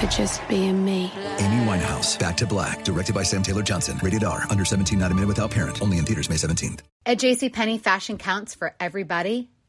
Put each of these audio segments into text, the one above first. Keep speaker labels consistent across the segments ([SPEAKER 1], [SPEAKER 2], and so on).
[SPEAKER 1] for just being me.
[SPEAKER 2] Amy Winehouse. Back to Black, directed by Sam Taylor Johnson. Rated R. Under 17, not a minute without parent. Only in theaters May 17th.
[SPEAKER 3] At JCPenney, fashion counts for everybody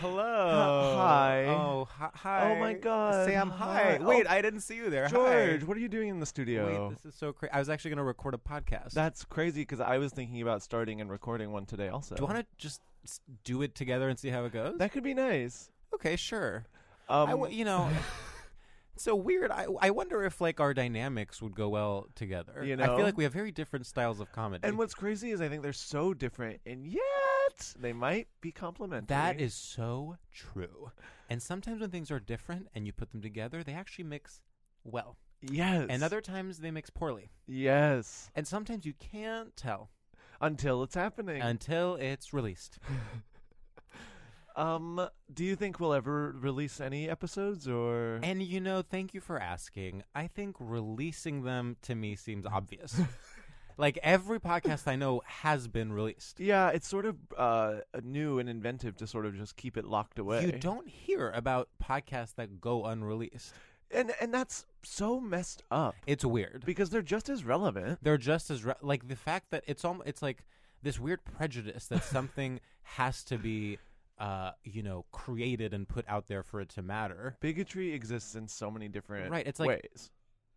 [SPEAKER 4] Hello.
[SPEAKER 5] Hi.
[SPEAKER 4] Oh, hi. hi.
[SPEAKER 5] my God.
[SPEAKER 4] Sam, hi.
[SPEAKER 5] Hi.
[SPEAKER 4] Wait,
[SPEAKER 5] Oh,
[SPEAKER 4] I didn't see you there. Hi.
[SPEAKER 5] George, what are you doing in the studio?
[SPEAKER 4] Wait, this is so crazy. I was actually going to record a podcast.
[SPEAKER 5] That's crazy because I was thinking about starting and recording one today also.
[SPEAKER 4] Do you want to just s- do it together and see how it goes?
[SPEAKER 5] That could be nice.
[SPEAKER 4] okay, sure.
[SPEAKER 5] Um,
[SPEAKER 4] I w- you know, it's so weird. I, I wonder if like our dynamics would go well together.
[SPEAKER 5] You
[SPEAKER 4] I feel
[SPEAKER 5] know?
[SPEAKER 4] like we have very different styles of comedy.
[SPEAKER 5] and what's crazy is I think they're so different, and yet they might be complementary.
[SPEAKER 4] that is so true. And sometimes when things are different and you put them together, they actually mix well.
[SPEAKER 5] yes.
[SPEAKER 4] And other times they mix poorly.
[SPEAKER 5] yes
[SPEAKER 4] And sometimes you can't tell
[SPEAKER 5] until it's happening.
[SPEAKER 4] until it's released.
[SPEAKER 5] Mm-hmm. um, do you think we'll ever release any episodes or?
[SPEAKER 4] And you know, thank you for asking. I think releasing them to me seems obvious. like every podcast I know has been released.
[SPEAKER 5] yeah, it's sort of uh, new and inventive to sort of just keep it locked away.
[SPEAKER 4] You don't hear about podcasts that go unreleased.
[SPEAKER 5] and and that's so messed up
[SPEAKER 4] It's weird.
[SPEAKER 5] because they're just as relevant.
[SPEAKER 4] They're just as re- like the fact that it's almost it's like this weird prejudice that something has to be uh, you know, created and put out there for it to matter.
[SPEAKER 5] Bigotry exists in so many different
[SPEAKER 4] Right, it's like-
[SPEAKER 5] ways.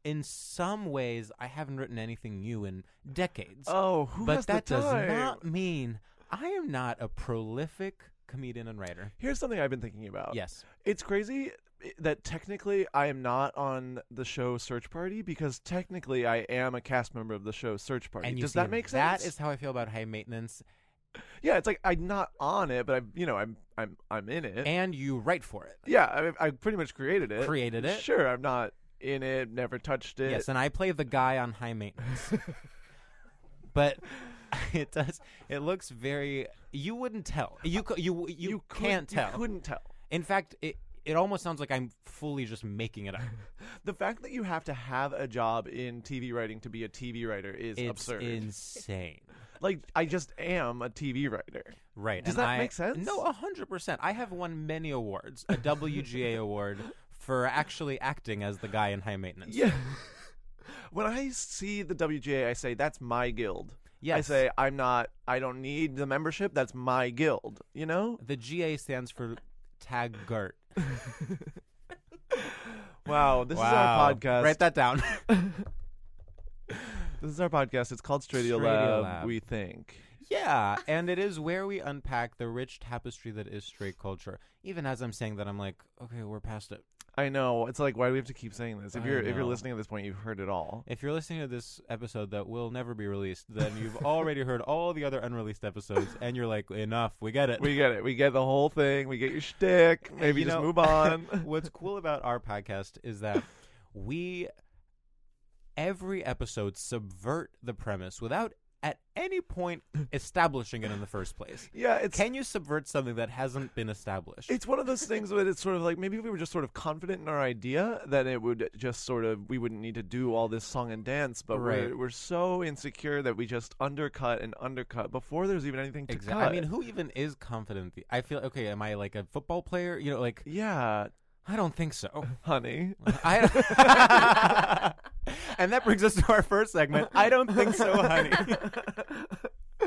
[SPEAKER 4] In some ways, I haven't written anything new in decades.
[SPEAKER 5] Oh, who
[SPEAKER 4] but
[SPEAKER 5] has
[SPEAKER 4] that
[SPEAKER 5] the
[SPEAKER 4] does
[SPEAKER 5] time?
[SPEAKER 4] not mean I am not a prolific comedian and writer.
[SPEAKER 5] Here's something I've been thinking about.
[SPEAKER 4] Yes.
[SPEAKER 5] It's crazy i- that technically I am not on the show Search Party because technically I am a cast member of the show Search Party.
[SPEAKER 4] And you
[SPEAKER 5] Does
[SPEAKER 4] see,
[SPEAKER 5] that make sense?
[SPEAKER 4] That is how I feel about high maintenance,
[SPEAKER 5] yeah, it's like I'm not on it, but I'm you know I'm I'm I'm in it.
[SPEAKER 4] and you write for it.
[SPEAKER 5] yeah, I, I pretty much created it.
[SPEAKER 4] Created it.
[SPEAKER 5] Sure, I'm not in it. Never touched it.
[SPEAKER 4] Yes, and I play the guy on high maintenance. but it does. It looks very. You wouldn't tell. You cou- you you,
[SPEAKER 5] you could-
[SPEAKER 4] can't
[SPEAKER 5] you
[SPEAKER 4] tell.
[SPEAKER 5] couldn't tell.
[SPEAKER 4] In fact, it it almost sounds like I'm fully just making it up.
[SPEAKER 5] The fact that you have to have a job in TV writing to be a TV writer is
[SPEAKER 4] it's
[SPEAKER 5] absurd.
[SPEAKER 4] insane.
[SPEAKER 5] Like I just am a TV writer.
[SPEAKER 6] Right.
[SPEAKER 5] Does
[SPEAKER 6] and
[SPEAKER 5] that
[SPEAKER 6] I-
[SPEAKER 5] make sense?
[SPEAKER 6] No, hundred percent. I have won many awards. A WGA award for actually acting as the guy in high maintenance.
[SPEAKER 5] Yeah. when I see the WGA, I say that's my guild. I
[SPEAKER 6] Yes.
[SPEAKER 5] say I'm not. I don't need the membership. That's my guild. You know.
[SPEAKER 6] The GA stands for Tag Gert.
[SPEAKER 5] Wow. This is our podcast.
[SPEAKER 6] Write that down.
[SPEAKER 5] This is our podcast. It's called Stradio
[SPEAKER 6] Stradiolab.
[SPEAKER 5] Lab. We think.
[SPEAKER 6] yeah, and it is where we unpack the rich tapestry that is straight culture. Even as I'm saying that, I'm like, okay, we're past it.
[SPEAKER 5] I know. It's like why do we have to keep saying this? If
[SPEAKER 6] I
[SPEAKER 5] you're if you're
[SPEAKER 6] know.
[SPEAKER 5] listening at this point, you've heard it all.
[SPEAKER 6] If you're listening to this episode that will never be released, then you've already heard all the other unreleased episodes, and you're like, enough, we get it.
[SPEAKER 5] We get it. We get the whole thing. We get your shtick. Maybe
[SPEAKER 6] You
[SPEAKER 5] just
[SPEAKER 6] know,
[SPEAKER 5] move on.
[SPEAKER 6] What's cool about our podcast is that we every episode subvert the premise without at any point establishing it in the first place.
[SPEAKER 5] yeah, it's
[SPEAKER 6] Can you subvert something that hasn't been established?
[SPEAKER 5] it's one of those things that it's sort of like maybe if we were just sort of confident in our idea, then it would just sort of we wouldn't need to do all this song and dance. But we're
[SPEAKER 6] Right.
[SPEAKER 5] we're so insecure that we just undercut and undercut before there's even anything to
[SPEAKER 6] Exactly.
[SPEAKER 5] cut.
[SPEAKER 6] I mean, who even is confident? I feel okay. Am I like a football player? You know, like
[SPEAKER 5] yeah,
[SPEAKER 6] I don't think so.
[SPEAKER 5] honey.
[SPEAKER 6] I and that brings us to our first segment. I don't think so, honey.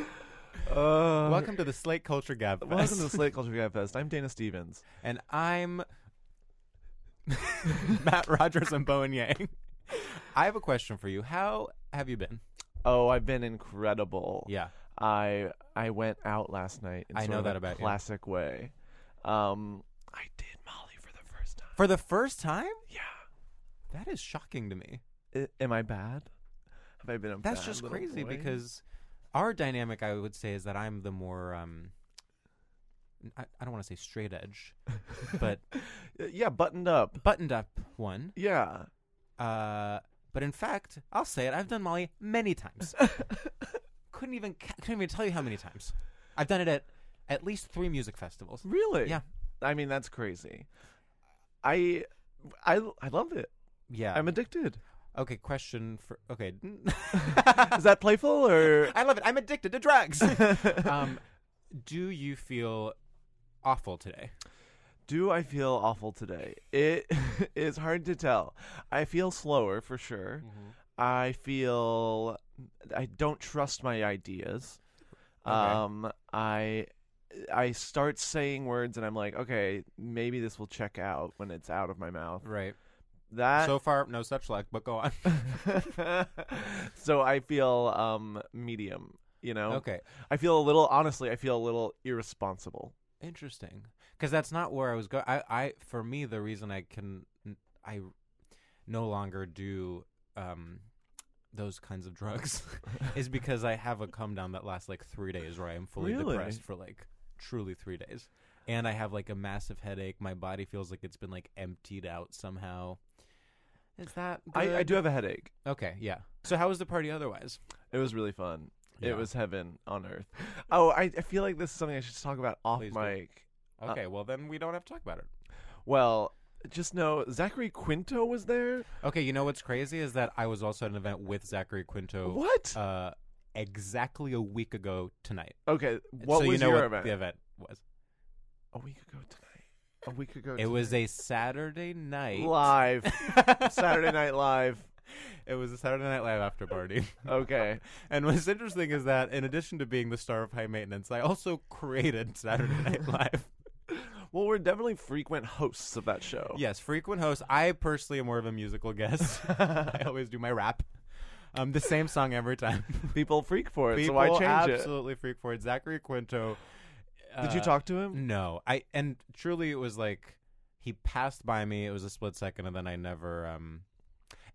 [SPEAKER 5] Uh,
[SPEAKER 6] Welcome to the Slate Culture Gab.
[SPEAKER 5] Welcome
[SPEAKER 6] Fest.
[SPEAKER 5] to the Slate Culture Guy Fest. I'm Dana Stevens.
[SPEAKER 6] and I'm Matt Rogers and Bowen Yang. I have a question for you. How have you been?
[SPEAKER 5] Oh, I've been incredible.
[SPEAKER 6] Yeah.
[SPEAKER 5] I I went out last night. In
[SPEAKER 6] I
[SPEAKER 5] sort
[SPEAKER 6] know
[SPEAKER 5] of
[SPEAKER 6] that
[SPEAKER 5] a
[SPEAKER 6] about you.
[SPEAKER 5] classic way. Um, I did Molly for the first time.
[SPEAKER 6] For the first time?
[SPEAKER 5] yeah.
[SPEAKER 6] That is shocking to me.
[SPEAKER 5] I- am I bad? Have I been a
[SPEAKER 6] That's
[SPEAKER 5] bad
[SPEAKER 6] just
[SPEAKER 5] little
[SPEAKER 6] crazy
[SPEAKER 5] boy?
[SPEAKER 6] because our dynamic, I would say, is that I'm the more, um, I, I don't want to say straight edge, but
[SPEAKER 5] Uh, yeah, buttoned up.
[SPEAKER 6] buttoned up one.
[SPEAKER 5] Yeah.
[SPEAKER 6] Uh, but in fact, I'll say it. I've done Molly many times. couldn't even ca- couldn't even tell you how many times. I've done it at at least three music festivals.
[SPEAKER 5] Really?
[SPEAKER 6] Yeah.
[SPEAKER 5] I mean, that's crazy. I I I love it.
[SPEAKER 6] Yeah.
[SPEAKER 5] I'm addicted.
[SPEAKER 6] okay, question for okay.
[SPEAKER 5] Is that playful or
[SPEAKER 6] I love it. I'm addicted to drugs. um, do you feel awful today?
[SPEAKER 5] do I feel awful today? It is hard to tell. I feel slower for sure.
[SPEAKER 6] Mm-hmm.
[SPEAKER 5] I feel I don't trust my ideas.
[SPEAKER 6] Okay.
[SPEAKER 5] Um, I I start saying words and I'm like, okay, maybe this will check out when it's out of my mouth.
[SPEAKER 6] Right.
[SPEAKER 5] That
[SPEAKER 6] so far, no such luck. But go on.
[SPEAKER 5] so I feel um medium. You know.
[SPEAKER 6] okay.
[SPEAKER 5] I feel a little. Honestly, I feel a little irresponsible.
[SPEAKER 6] Interesting. Because that's not where I was going. I, I, for me, the reason I can, I no longer do um, those kinds of drugs is because I have a come down that lasts like three days where I am fully
[SPEAKER 5] Really?
[SPEAKER 6] depressed for like truly three days. And I have like a massive headache. My body feels like it's been like emptied out somehow. Is that
[SPEAKER 5] I, I
[SPEAKER 6] good?
[SPEAKER 5] do have a headache.
[SPEAKER 6] Okay, yeah. So how was the party otherwise?
[SPEAKER 5] It was really fun.
[SPEAKER 6] Yeah.
[SPEAKER 5] It was heaven on earth. Oh, I, I feel like this is something I should talk about off
[SPEAKER 6] Please do.
[SPEAKER 5] mic. Uh,
[SPEAKER 6] Okay, well then we don't have to talk about it.
[SPEAKER 5] Well, just know Zachary Quinto was there.
[SPEAKER 6] Okay, you know what's crazy is that I was also at an event with Zachary Quinto.
[SPEAKER 5] What?
[SPEAKER 6] Uh, exactly a week ago tonight.
[SPEAKER 5] Okay, what
[SPEAKER 6] so
[SPEAKER 5] was
[SPEAKER 6] you know
[SPEAKER 5] your
[SPEAKER 6] what
[SPEAKER 5] event? Oh,
[SPEAKER 6] the event was?
[SPEAKER 5] A week ago tonight. Oh, A week ago.
[SPEAKER 6] It was
[SPEAKER 5] tonight.
[SPEAKER 6] a Saturday night
[SPEAKER 5] live Saturday Night Live.
[SPEAKER 6] It was a Saturday Night Live after party.
[SPEAKER 5] Okay.
[SPEAKER 6] and what's interesting is that in addition to being the star of High Maintenance, I also created Saturday Night Live.
[SPEAKER 5] Well, we're definitely frequent hosts of that show.
[SPEAKER 6] Yes, frequent host. I personally am more of a musical guest. I always do my rap. Um, the same song every time.
[SPEAKER 5] People freak for it,
[SPEAKER 6] People
[SPEAKER 5] so I change it.
[SPEAKER 6] absolutely freak for it. Zachary Quinto.
[SPEAKER 5] Did you
[SPEAKER 6] uh,
[SPEAKER 5] talk to him?
[SPEAKER 6] No, I and truly it was like he passed by me. It was a split second, and then I never. um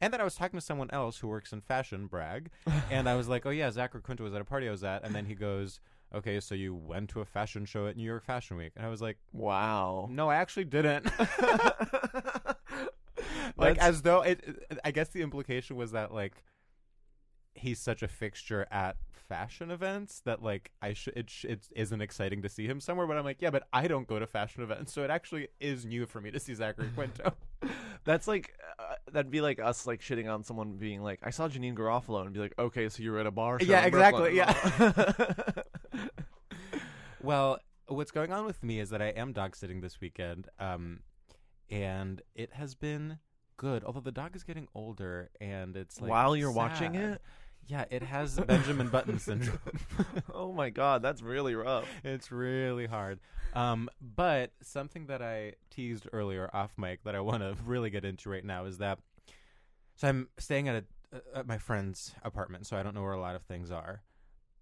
[SPEAKER 6] And then I was talking to someone else who works in fashion, brag, and I was like, "Oh yeah, Zachary Quinto was at a party I was at," and then he goes. Okay, so you went to a fashion show at New York Fashion Week, and I was like, "Oh,
[SPEAKER 5] Wow.
[SPEAKER 6] "No, I actually didn't." like
[SPEAKER 5] That's-
[SPEAKER 6] as though it, it- I guess the implication was that like he's such a fixture at fashion events that like I should it, sh- it isn't exciting to see him somewhere. But I'm like, yeah, but I don't go to fashion events, so it actually is new for me to see Zachary Quinto.
[SPEAKER 5] That's like uh, that'd be like us like shitting on someone being like, I saw Janine Garofalo and be like, okay, so you were at a bar. Show
[SPEAKER 6] Yeah,
[SPEAKER 5] in
[SPEAKER 6] exactly,
[SPEAKER 5] Brooklyn."
[SPEAKER 6] yeah. Well, what's going on with me is that I am dog sitting this weekend, um, and it has been good. Although the dog is getting older, and it's like
[SPEAKER 5] While you're watching
[SPEAKER 6] sad.
[SPEAKER 5] it?
[SPEAKER 6] yeah, it has Benjamin Button syndrome.
[SPEAKER 5] oh my god, that's really rough.
[SPEAKER 6] it's really hard. Um, but something that I teased earlier off mic that I want to really get into right now is that. So I'm staying at a at my friend's apartment, so I don't know where a lot of things are,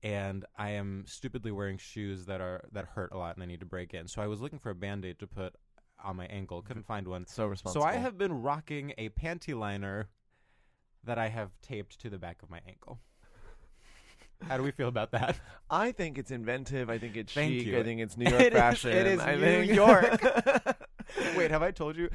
[SPEAKER 6] and I am stupidly wearing shoes that are that hurt a lot, and I need to break in. So I was looking for a band aid to put on my ankle, couldn't find one.
[SPEAKER 5] So
[SPEAKER 6] So
[SPEAKER 5] responsible.
[SPEAKER 6] I have been rocking a panty liner that I have taped to the back of my ankle. How do we feel about that?
[SPEAKER 5] I think it's inventive. I think it's
[SPEAKER 6] Thank
[SPEAKER 5] chic.
[SPEAKER 6] you.
[SPEAKER 5] I think it's New York
[SPEAKER 6] It is-
[SPEAKER 5] fashion.
[SPEAKER 6] it is
[SPEAKER 5] I
[SPEAKER 6] New
[SPEAKER 5] think-
[SPEAKER 6] York. Wait, have I told you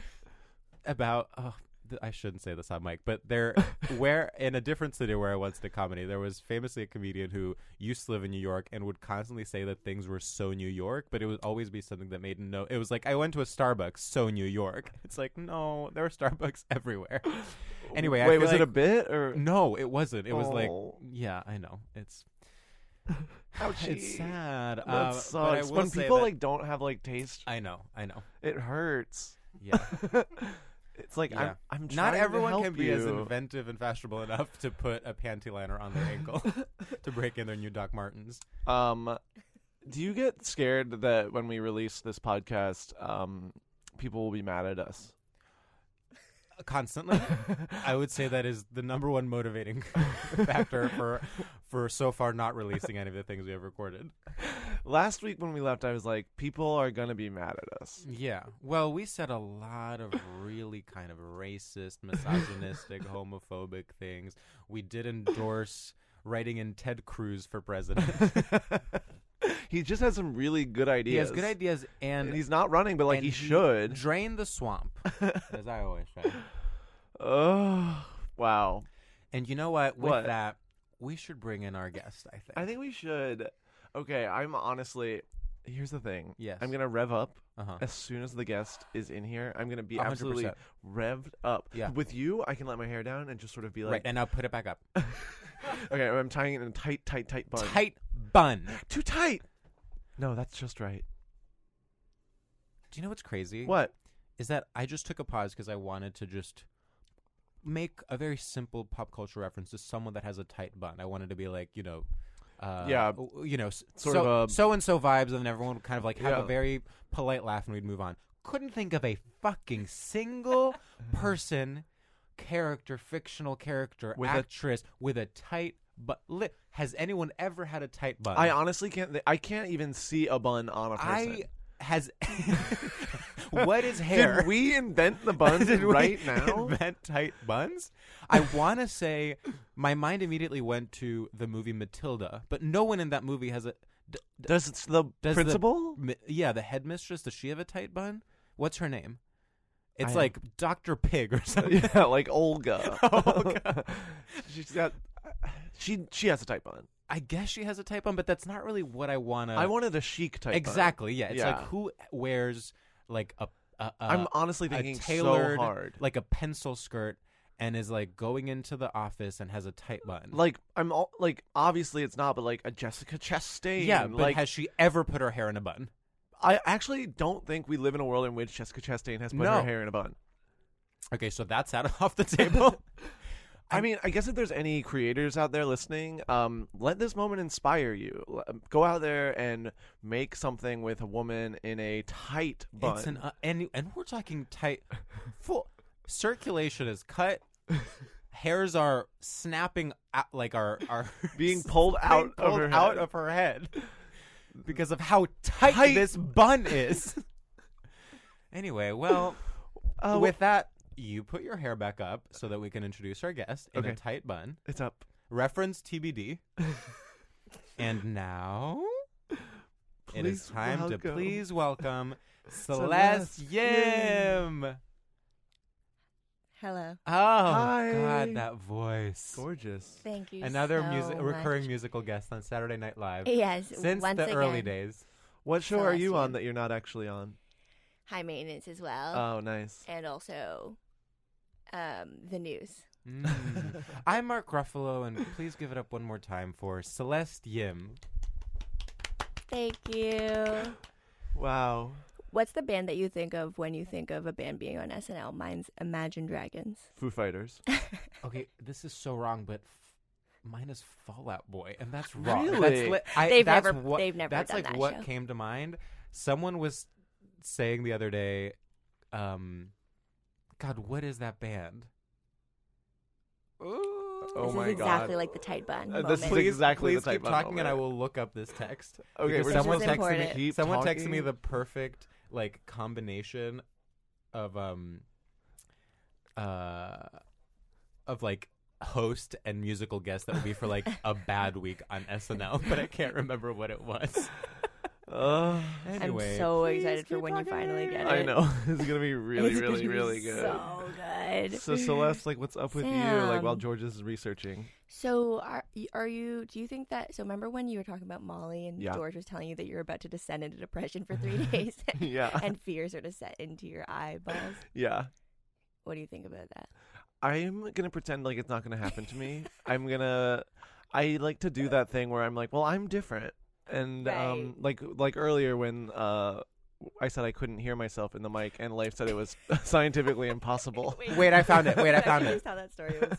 [SPEAKER 6] about? Oh, th- I shouldn't say this on mic, but there, where in a different city where I once did comedy, there was famously a comedian who used to live in New York and would constantly say that things were so New York, but it would always be something that made no. It was like I went to a Starbucks, so New York. It's like no, there are Starbucks everywhere. Anyway, I
[SPEAKER 5] wait,
[SPEAKER 6] feel
[SPEAKER 5] was it a
[SPEAKER 6] like-
[SPEAKER 5] bit or
[SPEAKER 6] No, it wasn't. It was like,
[SPEAKER 5] Oh.
[SPEAKER 6] yeah, I know. It's it's
[SPEAKER 5] Ouchie.
[SPEAKER 6] sad.
[SPEAKER 5] That
[SPEAKER 6] uh,
[SPEAKER 5] sucks.
[SPEAKER 6] But I will
[SPEAKER 5] when
[SPEAKER 6] say
[SPEAKER 5] people
[SPEAKER 6] that-
[SPEAKER 5] like don't have like taste,
[SPEAKER 6] I know, I know.
[SPEAKER 5] it hurts.
[SPEAKER 6] Yeah.
[SPEAKER 5] it's like
[SPEAKER 6] yeah.
[SPEAKER 5] I'm. I'm
[SPEAKER 6] Not
[SPEAKER 5] trying
[SPEAKER 6] everyone
[SPEAKER 5] to help
[SPEAKER 6] can be as
[SPEAKER 5] you.
[SPEAKER 6] inventive and fashionable enough to put a panty liner on their ankle to break in their new Doc Martens.
[SPEAKER 5] Um, do you get scared that when we release this podcast, um, people will be mad at us?
[SPEAKER 6] Constantly, I would say that is the number one motivating factor for for so far not releasing any of the things we have recorded.
[SPEAKER 5] Last week when we left, I was like, people are gonna be mad at us.
[SPEAKER 6] Yeah. Well, we said a lot of really kind of racist, misogynistic, homophobic things. We did endorse writing in Ted Cruz for president.
[SPEAKER 5] he just has some really good ideas.
[SPEAKER 6] he has good ideas, and,
[SPEAKER 5] and he's not running, but like
[SPEAKER 6] and
[SPEAKER 5] he should.
[SPEAKER 6] drain the swamp, as I always say.
[SPEAKER 5] Oh, wow.
[SPEAKER 6] And you know what? With
[SPEAKER 5] What?
[SPEAKER 6] that, we should bring in our guest. I think.
[SPEAKER 5] I think we should. Okay, I'm honestly. Here's the thing.
[SPEAKER 6] Yes.
[SPEAKER 5] I'm gonna rev up
[SPEAKER 6] Uh-huh.
[SPEAKER 5] as soon as the guest is in here. I'm gonna be
[SPEAKER 6] A hundred
[SPEAKER 5] absolutely
[SPEAKER 6] percent.
[SPEAKER 5] revved up.
[SPEAKER 6] Yeah.
[SPEAKER 5] With you, I can let my hair down and just sort of be
[SPEAKER 6] right,
[SPEAKER 5] like,
[SPEAKER 6] and I'll put it back up.
[SPEAKER 5] okay, I'm tying it in a tight, tight, tight bun.
[SPEAKER 6] Tight bun.
[SPEAKER 5] Too tight. No, that's just right.
[SPEAKER 6] Do you know what's crazy?
[SPEAKER 5] What?
[SPEAKER 6] is that I just took a pause because I wanted to just make a very simple pop culture reference to someone that has a tight bun. I wanted to be like, you know, uh,
[SPEAKER 5] Yeah,
[SPEAKER 6] w- w- you know, s-
[SPEAKER 5] sort
[SPEAKER 6] so
[SPEAKER 5] of a-
[SPEAKER 6] so and so vibes, and everyone would kind of like have a
[SPEAKER 5] Yeah.
[SPEAKER 6] very polite laugh, and we'd move on. Couldn't think of a fucking single person, character, fictional character,
[SPEAKER 5] With a-
[SPEAKER 6] actress with a tight bun. Li- has anyone ever had a tight bun?
[SPEAKER 5] I honestly can't. I can't even see a bun on a person.
[SPEAKER 6] Uh, I has. what is hair?
[SPEAKER 5] Did we invent the buns
[SPEAKER 6] Did we
[SPEAKER 5] right now?
[SPEAKER 6] Invent tight buns. I want to say my mind immediately went to the movie Matilda, but no one in that movie has a. d- d-
[SPEAKER 5] Does it's the
[SPEAKER 6] does the
[SPEAKER 5] principal?
[SPEAKER 6] mi- yeah, the headmistress. Does she have a tight bun? What's her name? It's
[SPEAKER 5] I-
[SPEAKER 6] like Doctor Pig or something.
[SPEAKER 5] yeah, like Olga.
[SPEAKER 6] Olga.
[SPEAKER 5] She's got. She she has a tight bun.
[SPEAKER 6] I guess she has a tight bun, but that's not really what I want to.
[SPEAKER 5] I wanted a chic tight bun.
[SPEAKER 6] exactly. Yeah, it's like
[SPEAKER 5] Yeah.
[SPEAKER 6] who wears like a. a, a
[SPEAKER 5] I'm honestly
[SPEAKER 6] a
[SPEAKER 5] thinking so
[SPEAKER 6] tailored,
[SPEAKER 5] hard.
[SPEAKER 6] like a pencil skirt, and is like going into the office and has a tight bun.
[SPEAKER 5] Like I'm all, like obviously it's not, but like a Jessica Chastain.
[SPEAKER 6] Yeah, but
[SPEAKER 5] like
[SPEAKER 6] has she ever put her hair in a bun?
[SPEAKER 5] I actually don't think we live in a world in which Jessica Chastain has put
[SPEAKER 6] No.
[SPEAKER 5] her hair in a bun.
[SPEAKER 6] Okay, so that's out off the table.
[SPEAKER 5] I mean, I guess if there's any creators out there listening, um, let this moment inspire you. L- um, Go out there and make something with a woman in a tight bun.
[SPEAKER 6] it's an uh, and and we're talking tight. Full circulation is cut. Hairs are snapping out, like are are
[SPEAKER 5] Being pulled out of
[SPEAKER 6] pulled
[SPEAKER 5] her head.
[SPEAKER 6] out of her head because of how tight,
[SPEAKER 5] Tight.
[SPEAKER 6] this bun is. anyway, well,
[SPEAKER 5] Uh,
[SPEAKER 6] with that, you put your hair back up so that we can introduce our guest in a
[SPEAKER 5] Okay.
[SPEAKER 6] tight bun.
[SPEAKER 5] it's up.
[SPEAKER 6] Reference TBD. and now it is
[SPEAKER 5] Please
[SPEAKER 6] time to
[SPEAKER 5] welcome-
[SPEAKER 6] please welcome
[SPEAKER 5] Celeste
[SPEAKER 6] Celeste Yim.
[SPEAKER 3] Hello.
[SPEAKER 6] Oh
[SPEAKER 5] Hi.
[SPEAKER 6] God, that voice!
[SPEAKER 5] Gorgeous.
[SPEAKER 3] Thank you.
[SPEAKER 6] Another
[SPEAKER 3] so
[SPEAKER 6] music,
[SPEAKER 3] much.
[SPEAKER 6] recurring musical guest on Saturday Night Live
[SPEAKER 3] Yes.
[SPEAKER 6] since
[SPEAKER 3] once
[SPEAKER 6] the
[SPEAKER 3] again,
[SPEAKER 6] early days.
[SPEAKER 5] What show are you on
[SPEAKER 3] Celestine.
[SPEAKER 5] that you're not actually on? Uh,
[SPEAKER 3] High maintenance as well,
[SPEAKER 5] Oh, nice.
[SPEAKER 3] and also um, the news.
[SPEAKER 6] Mm. I'm Mark Ruffalo, and please give it up one more time for Celeste Yim.
[SPEAKER 3] Thank you.
[SPEAKER 5] Wow.
[SPEAKER 3] What's the band that you think of when you think of a band being on SNL? Mine's Imagine Dragons.
[SPEAKER 5] Foo Fighters.
[SPEAKER 6] Okay, this is so wrong, but f- mine is Fallout Boy, and that's wrong. That's
[SPEAKER 5] Really?
[SPEAKER 6] li- I,
[SPEAKER 3] They've
[SPEAKER 6] that's
[SPEAKER 3] never-
[SPEAKER 6] what,
[SPEAKER 3] they've never
[SPEAKER 6] That's
[SPEAKER 3] done
[SPEAKER 6] like
[SPEAKER 3] that
[SPEAKER 6] what
[SPEAKER 3] show.
[SPEAKER 6] came to mind. Someone was saying the other day, um, "God, what is that band?"
[SPEAKER 5] Oh
[SPEAKER 3] this
[SPEAKER 5] my
[SPEAKER 3] is exactly
[SPEAKER 5] God.
[SPEAKER 3] like the tight bun.
[SPEAKER 5] Uh,
[SPEAKER 3] moment.
[SPEAKER 5] this is
[SPEAKER 6] Please,
[SPEAKER 5] exactly the
[SPEAKER 6] please
[SPEAKER 5] type
[SPEAKER 6] keep
[SPEAKER 5] of
[SPEAKER 6] talking, and I
[SPEAKER 5] moment.
[SPEAKER 6] will look up this text.
[SPEAKER 5] Okay,
[SPEAKER 6] because
[SPEAKER 5] we're
[SPEAKER 6] someone
[SPEAKER 3] just gonna
[SPEAKER 6] texted me.
[SPEAKER 3] keep
[SPEAKER 6] someone texted me
[SPEAKER 5] talking.
[SPEAKER 6] the perfect like combination of um uh of like host and musical guest that would be for like a bad week on SNL, but I can't remember what it was.
[SPEAKER 5] Ugh.
[SPEAKER 6] Anyway,
[SPEAKER 3] I'm so
[SPEAKER 6] please
[SPEAKER 3] excited for
[SPEAKER 6] keep
[SPEAKER 3] when you
[SPEAKER 6] talking.
[SPEAKER 3] finally get it.
[SPEAKER 5] I know. it's going to be really,
[SPEAKER 3] It's gonna
[SPEAKER 5] really,
[SPEAKER 3] be
[SPEAKER 5] really good.
[SPEAKER 3] So good.
[SPEAKER 5] So Celeste, like, what's up with you? Like, while
[SPEAKER 3] Sam.
[SPEAKER 5] George is researching,
[SPEAKER 3] So are y- are you? Do you think that? So remember when you were talking about Molly and
[SPEAKER 5] Yeah.
[SPEAKER 3] George was telling you that you're about to descend into depression for three days,
[SPEAKER 5] Yeah.
[SPEAKER 3] and fears are to set into your eyeballs.
[SPEAKER 5] yeah,
[SPEAKER 3] What do you think about that?
[SPEAKER 5] I'm gonna pretend like it's not gonna happen to me. I'm gonna, I like to do that thing where I'm like, well, I'm different, and um, like like earlier when uh, I said I couldn't hear myself in the mic, and Life said it was scientifically impossible.
[SPEAKER 6] Wait, I found it. Wait, I
[SPEAKER 3] Can
[SPEAKER 6] found
[SPEAKER 3] you
[SPEAKER 6] it.
[SPEAKER 3] just Tell that story. It was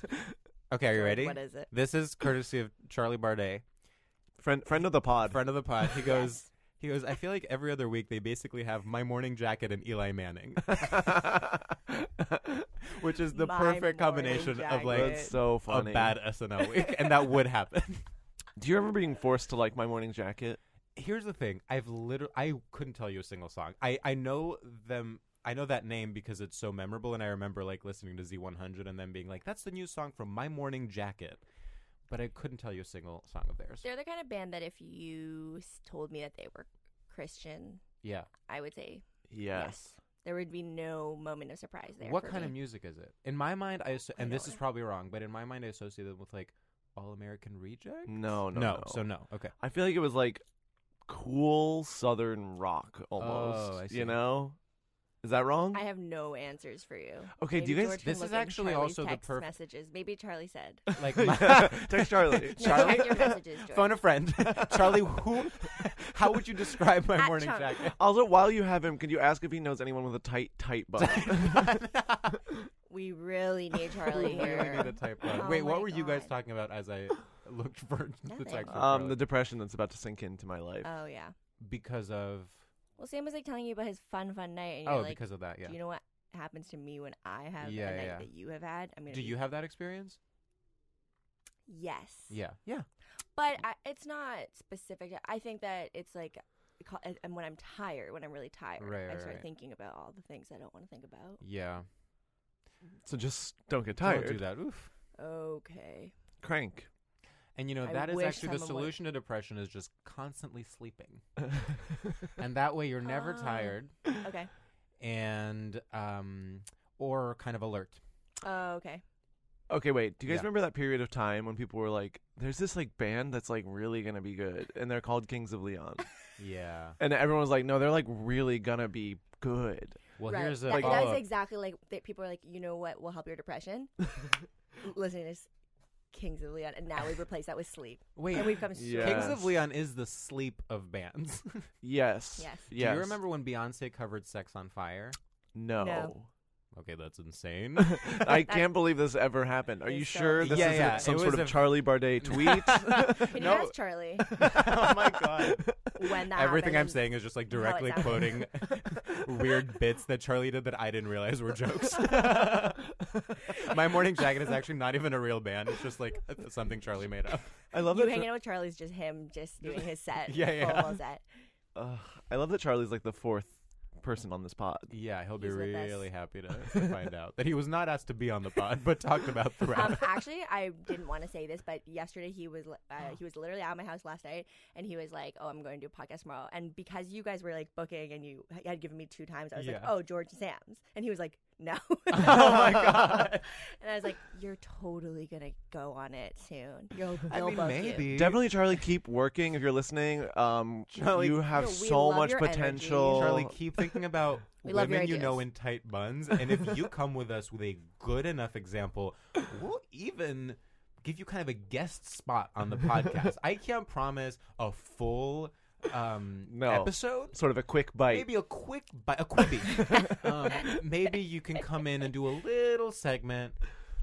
[SPEAKER 6] Okay, are you
[SPEAKER 3] George,
[SPEAKER 6] ready?
[SPEAKER 3] What is it?
[SPEAKER 6] This is courtesy of Charlie Bardet,
[SPEAKER 5] friend friend of the pod.
[SPEAKER 6] friend of the pod. He goes. He goes. I feel like every other week they basically have my morning jacket and Eli Manning, which is the
[SPEAKER 3] My
[SPEAKER 6] perfect
[SPEAKER 3] morning
[SPEAKER 6] combination of like
[SPEAKER 3] jacket.
[SPEAKER 5] That's so funny.
[SPEAKER 6] a bad SNL week, and that would happen.
[SPEAKER 5] Do you remember being forced to like my morning jacket?
[SPEAKER 6] Here's the thing: I've literally I couldn't tell you a single song. I I know them. I know that name because it's so memorable, and I remember like listening to Z100 and then being like, "That's the new song from My Morning Jacket," but I couldn't tell you a single song of theirs.
[SPEAKER 3] They're the kind of band that if you s- told me that they were Christian,
[SPEAKER 6] Yeah.
[SPEAKER 3] I would say
[SPEAKER 5] Yes.
[SPEAKER 3] There would be no moment of surprise there.
[SPEAKER 6] What
[SPEAKER 3] for
[SPEAKER 6] kind of
[SPEAKER 3] me.
[SPEAKER 6] music is it? In my mind, I asso-
[SPEAKER 3] I
[SPEAKER 6] and this
[SPEAKER 3] don't
[SPEAKER 6] is
[SPEAKER 3] know.
[SPEAKER 6] probably wrong, but in my mind, I associate them with like All American Reject.
[SPEAKER 5] No, no, no.
[SPEAKER 6] no, so no. Okay,
[SPEAKER 5] I feel like it was like cool southern rock almost.
[SPEAKER 6] I see.
[SPEAKER 5] You know, is that wrong?
[SPEAKER 3] I have no answers for you.
[SPEAKER 5] Okay, do
[SPEAKER 3] Maybe
[SPEAKER 5] you guys-
[SPEAKER 3] George can
[SPEAKER 6] This
[SPEAKER 3] look
[SPEAKER 6] is
[SPEAKER 3] in
[SPEAKER 6] actually
[SPEAKER 3] Charlie's
[SPEAKER 6] also the
[SPEAKER 3] text
[SPEAKER 6] perf-
[SPEAKER 3] messages. Maybe Charlie said.
[SPEAKER 6] like
[SPEAKER 5] Yeah, text Charlie.
[SPEAKER 3] No, Charlie? check your messages, George.
[SPEAKER 6] Phone a friend. Charlie, who? How would you describe my
[SPEAKER 3] At
[SPEAKER 6] morning
[SPEAKER 3] Char-
[SPEAKER 6] jacket?
[SPEAKER 5] Also, while you have him, can you ask if he knows anyone with a tight, tight butt?
[SPEAKER 3] We really need
[SPEAKER 6] We
[SPEAKER 3] Charlie here.
[SPEAKER 6] really need a type one.
[SPEAKER 3] Oh
[SPEAKER 6] Wait,
[SPEAKER 3] my
[SPEAKER 6] what were you guys
[SPEAKER 3] God.
[SPEAKER 6] talking about as I looked for the
[SPEAKER 3] Nothing.
[SPEAKER 6] text? for
[SPEAKER 5] um,
[SPEAKER 6] Charlie?
[SPEAKER 5] the depression that's about to sink into my life.
[SPEAKER 3] Oh yeah.
[SPEAKER 6] because of
[SPEAKER 3] Well, Sam was like telling you about his fun, fun night, and you're
[SPEAKER 6] oh,
[SPEAKER 3] like,
[SPEAKER 6] because of that. Yeah.
[SPEAKER 3] do you know what happens to me when I have
[SPEAKER 6] Yeah,
[SPEAKER 3] a night
[SPEAKER 6] yeah.
[SPEAKER 3] that you have had? I'm gonna.
[SPEAKER 6] Do
[SPEAKER 3] be-
[SPEAKER 6] you have that experience?
[SPEAKER 3] Yes.
[SPEAKER 6] Yeah. Yeah.
[SPEAKER 3] But I,
[SPEAKER 6] Mm-hmm.
[SPEAKER 3] it's not specific. I think that it's like, co- and when I'm tired, when I'm really tired,
[SPEAKER 6] Right,
[SPEAKER 3] I
[SPEAKER 6] right,
[SPEAKER 3] start
[SPEAKER 6] right.
[SPEAKER 3] thinking about all the things I don't want to think about.
[SPEAKER 6] Yeah.
[SPEAKER 5] So just don't get tired.
[SPEAKER 6] Don't do that. Oof.
[SPEAKER 3] Okay.
[SPEAKER 5] Crank.
[SPEAKER 6] And you know,
[SPEAKER 3] I
[SPEAKER 6] that is
[SPEAKER 3] wish
[SPEAKER 6] actually the
[SPEAKER 3] someone would-
[SPEAKER 6] solution to depression is just constantly sleeping. and that way you're never
[SPEAKER 3] Ah.
[SPEAKER 6] tired
[SPEAKER 3] Okay.
[SPEAKER 6] and um or kind of alert.
[SPEAKER 3] Oh, okay.
[SPEAKER 5] Okay, wait. Do you guys
[SPEAKER 6] Yeah.
[SPEAKER 5] remember that period of time when people were like, "There's this like band that's like really gonna be good," and they're called Kings of Leon,
[SPEAKER 6] Yeah.
[SPEAKER 5] and everyone was like, "No, they're like really gonna be good."
[SPEAKER 6] Well,
[SPEAKER 3] right.
[SPEAKER 6] here's a
[SPEAKER 3] That-
[SPEAKER 6] follow-up.
[SPEAKER 3] that's exactly like that people are like, you know what will help your depression? Listening to s- Kings of Leon, and now we replace that with sleep.
[SPEAKER 6] Wait.
[SPEAKER 3] and we've come so
[SPEAKER 5] Yeah.
[SPEAKER 6] Kings
[SPEAKER 5] Yes.
[SPEAKER 6] of Leon is the sleep of bands.
[SPEAKER 5] Yes.
[SPEAKER 3] Yes. Do
[SPEAKER 5] Yes.
[SPEAKER 6] Do you remember when Beyonce covered Sex on Far?
[SPEAKER 5] No.
[SPEAKER 3] No.
[SPEAKER 6] Okay, that's insane.
[SPEAKER 5] I can't believe this ever happened. Are
[SPEAKER 3] is
[SPEAKER 5] you
[SPEAKER 3] so-
[SPEAKER 5] sure this
[SPEAKER 6] Yeah,
[SPEAKER 5] is
[SPEAKER 6] yeah,
[SPEAKER 5] some
[SPEAKER 6] it
[SPEAKER 5] sort
[SPEAKER 6] was
[SPEAKER 5] of
[SPEAKER 6] a-
[SPEAKER 5] Charlie Bardet tweet?
[SPEAKER 3] Can you
[SPEAKER 6] No.
[SPEAKER 3] ask Charlie
[SPEAKER 6] oh my god.
[SPEAKER 3] when that
[SPEAKER 6] Everything I'm
[SPEAKER 3] happened?
[SPEAKER 6] saying is just like
[SPEAKER 3] how it
[SPEAKER 6] directly
[SPEAKER 3] sounded.
[SPEAKER 6] quoting weird bits that Charlie did that I didn't realize were jokes. My morning jacket is actually not even a real band. It's just like something Charlie made up.
[SPEAKER 5] I love
[SPEAKER 3] You
[SPEAKER 5] that.
[SPEAKER 3] hanging out with Charlie's just him, just doing his set,
[SPEAKER 6] Yeah,
[SPEAKER 3] his full
[SPEAKER 6] yeah.
[SPEAKER 3] wall set.
[SPEAKER 5] Ugh, I love that Charlie's like the fourth person on this pod.
[SPEAKER 6] Yeah, he'll be
[SPEAKER 3] He's with us.
[SPEAKER 6] really happy to, to find out that he was not asked to be on the pod, but talked about throughout.
[SPEAKER 3] Um, actually, I didn't want to say this, but yesterday he was li- uh, he was literally out of my house last night, and he was like, "Oh, I'm going to do a podcast tomorrow." And because you guys were like booking, and you had given me two times, I was like,
[SPEAKER 6] Yeah.
[SPEAKER 3] "Oh, George and Sam's," and he was like, no.
[SPEAKER 5] Oh my God.
[SPEAKER 3] And I was like, you're totally gonna go on it soon. You'll,
[SPEAKER 6] I
[SPEAKER 3] they'll
[SPEAKER 6] mean,
[SPEAKER 3] book
[SPEAKER 6] maybe.
[SPEAKER 3] You.
[SPEAKER 5] Definitely, Charlie, keep working. If you're listening, um,
[SPEAKER 6] Charlie-
[SPEAKER 5] you have
[SPEAKER 3] No, we
[SPEAKER 5] so
[SPEAKER 3] love
[SPEAKER 5] much
[SPEAKER 3] your energy.
[SPEAKER 5] potential.
[SPEAKER 6] Charlie, keep thinking about
[SPEAKER 3] We love your
[SPEAKER 6] women you know
[SPEAKER 3] ideas.
[SPEAKER 6] in tight buns, and if you come with us with a good enough example, we'll even give you kind of a guest spot on the podcast. I can't promise a full um,
[SPEAKER 5] No.
[SPEAKER 6] episode.
[SPEAKER 5] sort of a quick bite.
[SPEAKER 6] Maybe a quick, bi- a quippy. um, maybe you can come in and do a little segment.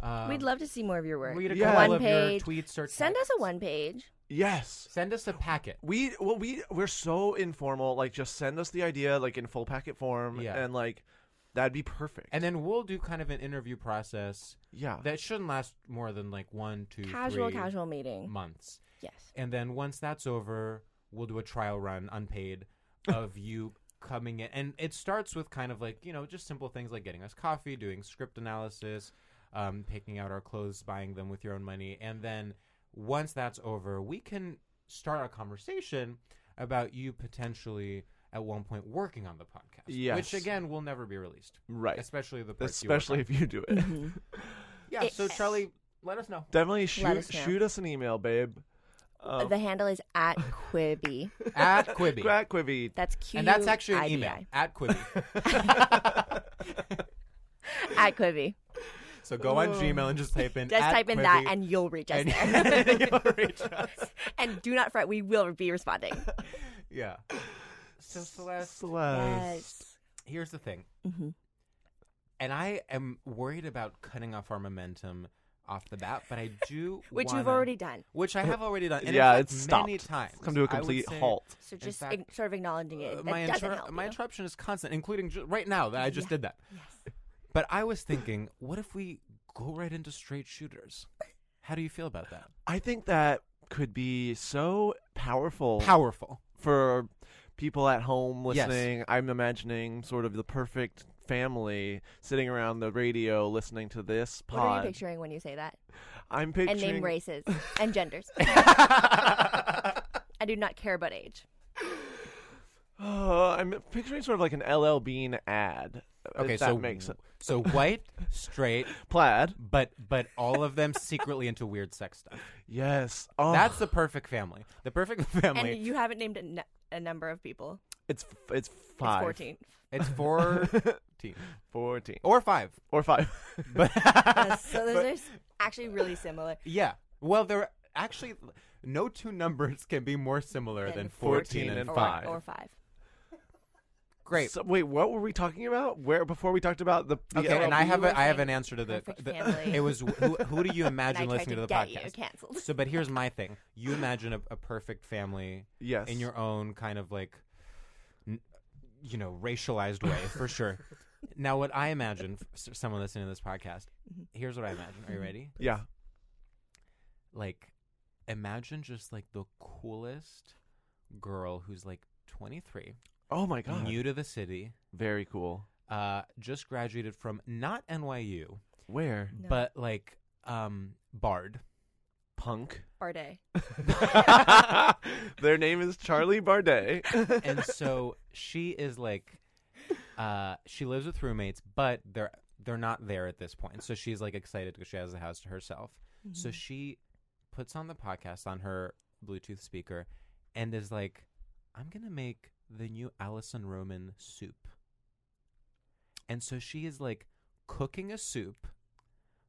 [SPEAKER 6] Um,
[SPEAKER 3] We'd love to see more of your work.
[SPEAKER 6] read a
[SPEAKER 5] Yeah.
[SPEAKER 6] couple
[SPEAKER 3] One
[SPEAKER 6] of your
[SPEAKER 3] page.
[SPEAKER 6] tweets or
[SPEAKER 3] Send us
[SPEAKER 6] texts.
[SPEAKER 3] a one page.
[SPEAKER 5] Yes.
[SPEAKER 6] Send us a packet.
[SPEAKER 5] We well we we're so informal. Like just send us the idea like in full packet form,
[SPEAKER 6] Yeah.
[SPEAKER 5] and like that'd be perfect.
[SPEAKER 6] And then we'll do kind of an interview process
[SPEAKER 5] yeah,
[SPEAKER 6] that shouldn't last more than like one, two,
[SPEAKER 3] Casual,
[SPEAKER 6] three
[SPEAKER 3] casual meeting.
[SPEAKER 6] months.
[SPEAKER 3] Yes.
[SPEAKER 6] And then once that's over, we'll do a trial run unpaid of you coming in. And it starts with kind of like, you know, just simple things like getting us coffee, doing script analysis, um, picking out our clothes, buying them with your own money. And then once that's over, we can start a conversation about you potentially at one point working on the podcast.
[SPEAKER 5] Yes.
[SPEAKER 6] Which again will never be released.
[SPEAKER 5] Right.
[SPEAKER 6] Especially the parts you work
[SPEAKER 5] especially
[SPEAKER 6] on.
[SPEAKER 5] if you do it.
[SPEAKER 6] Yeah, so
[SPEAKER 3] It's-
[SPEAKER 6] Charlie, let us know.
[SPEAKER 5] Definitely
[SPEAKER 3] Mm-hmm. Let
[SPEAKER 5] shoot
[SPEAKER 3] us know.
[SPEAKER 5] shoot us an email, babe. Um,
[SPEAKER 3] the handle is at Quibi.
[SPEAKER 6] At Quibi.
[SPEAKER 5] At Quibi.
[SPEAKER 3] That's Q.
[SPEAKER 6] and that's actually an
[SPEAKER 3] I B
[SPEAKER 6] email.
[SPEAKER 3] I.
[SPEAKER 6] At Quibi.
[SPEAKER 3] At Quibi.
[SPEAKER 6] So go on Gmail and just type in.
[SPEAKER 3] Just
[SPEAKER 6] at
[SPEAKER 3] type in
[SPEAKER 6] Quibi,
[SPEAKER 3] that and you'll reach us
[SPEAKER 6] and-
[SPEAKER 3] there.
[SPEAKER 6] and you'll reach us.
[SPEAKER 3] and do not fret, we will be responding.
[SPEAKER 6] Yeah. So Celeste,
[SPEAKER 3] Yes.
[SPEAKER 6] here's the thing,
[SPEAKER 3] Mhm.
[SPEAKER 6] and I am worried about cutting off our momentum off the bat, but I do
[SPEAKER 3] Which you've
[SPEAKER 6] wanna-
[SPEAKER 3] already done.
[SPEAKER 6] which I have already done. And in
[SPEAKER 5] yeah,
[SPEAKER 6] fact,
[SPEAKER 5] it's stopped.
[SPEAKER 6] many times.
[SPEAKER 5] It's come to a
[SPEAKER 6] I would
[SPEAKER 5] complete
[SPEAKER 6] say-
[SPEAKER 5] halt.
[SPEAKER 3] So
[SPEAKER 6] In
[SPEAKER 3] just
[SPEAKER 6] fact,
[SPEAKER 3] ag- sort of acknowledging it.
[SPEAKER 6] Uh,
[SPEAKER 3] That
[SPEAKER 6] my
[SPEAKER 3] doesn't
[SPEAKER 6] interrup-
[SPEAKER 3] help
[SPEAKER 6] my
[SPEAKER 3] you.
[SPEAKER 6] interruption is constant, including ju- right now that I just
[SPEAKER 3] Yeah.
[SPEAKER 6] did that. But I was thinking, what if we go right into straight shooters? How do you feel about that?
[SPEAKER 5] I think that could be so powerful
[SPEAKER 6] Powerful.
[SPEAKER 5] for people at home
[SPEAKER 6] Yes.
[SPEAKER 5] listening. I'm imagining sort of the perfect family sitting around the radio listening to this
[SPEAKER 3] What are you
[SPEAKER 5] pod.
[SPEAKER 3] picturing when you say that?
[SPEAKER 5] I'm picturing
[SPEAKER 3] And name races and genders. I do not care about age.
[SPEAKER 5] Oh, I'm picturing sort of like an LL Bean ad. if
[SPEAKER 6] Okay,
[SPEAKER 5] that
[SPEAKER 6] so
[SPEAKER 5] makes sense.
[SPEAKER 6] so white, straight,
[SPEAKER 5] plaid.
[SPEAKER 6] but but all of them secretly into weird sex stuff.
[SPEAKER 5] Yes, oh,
[SPEAKER 6] That's the perfect family. The perfect family.
[SPEAKER 3] And you haven't named a, n- a number of people.
[SPEAKER 5] it's it's
[SPEAKER 3] It's
[SPEAKER 5] five,
[SPEAKER 3] 14.
[SPEAKER 6] it's fourteen
[SPEAKER 5] 14. or,
[SPEAKER 6] or five,
[SPEAKER 5] or five.
[SPEAKER 6] but
[SPEAKER 3] Yes, Uh, so those are s- actually really similar.
[SPEAKER 6] yeah. Well, there are actually no two numbers can be more similar than,
[SPEAKER 5] 14
[SPEAKER 6] 14,
[SPEAKER 5] and
[SPEAKER 6] and
[SPEAKER 3] or,
[SPEAKER 6] five.
[SPEAKER 3] Or five.
[SPEAKER 6] Great.
[SPEAKER 5] So, wait, what were we talking about? Where before we talked about the, the
[SPEAKER 6] Okay,
[SPEAKER 5] LL
[SPEAKER 6] and I have
[SPEAKER 3] were
[SPEAKER 6] a, I have
[SPEAKER 3] saying
[SPEAKER 6] an answer to the,
[SPEAKER 3] perfect
[SPEAKER 6] the-
[SPEAKER 3] family.
[SPEAKER 6] It was who, who do you
[SPEAKER 3] And I
[SPEAKER 6] imagine
[SPEAKER 3] tried
[SPEAKER 6] listening
[SPEAKER 3] to
[SPEAKER 6] the
[SPEAKER 3] get
[SPEAKER 6] podcast?
[SPEAKER 3] you canceled.
[SPEAKER 6] So, but here's my thing: you imagine a, a perfect family
[SPEAKER 5] yes
[SPEAKER 6] in your own kind of like, n- you know, racialized way for sure. now, what I imagine for s- someone listening to this podcast,
[SPEAKER 3] Mm-hmm.
[SPEAKER 6] here's what I imagine. Are you ready?
[SPEAKER 5] yeah
[SPEAKER 6] Like, imagine just like the coolest girl who's like 23,
[SPEAKER 5] oh my god
[SPEAKER 6] new to the city,
[SPEAKER 5] very cool
[SPEAKER 6] uh, just graduated from not NYU.
[SPEAKER 5] where
[SPEAKER 3] No.
[SPEAKER 6] but like um Bard.
[SPEAKER 5] punk
[SPEAKER 3] Barday.
[SPEAKER 5] their name is Charlie Bardet
[SPEAKER 6] And so she is like uh she lives with roommates, but they're they're not there at this point. So she's like excited because she has the house to herself. So she puts on the podcast on her Bluetooth speaker and is like, I'm gonna make the new Allison Roman soup. And so she is like cooking a soup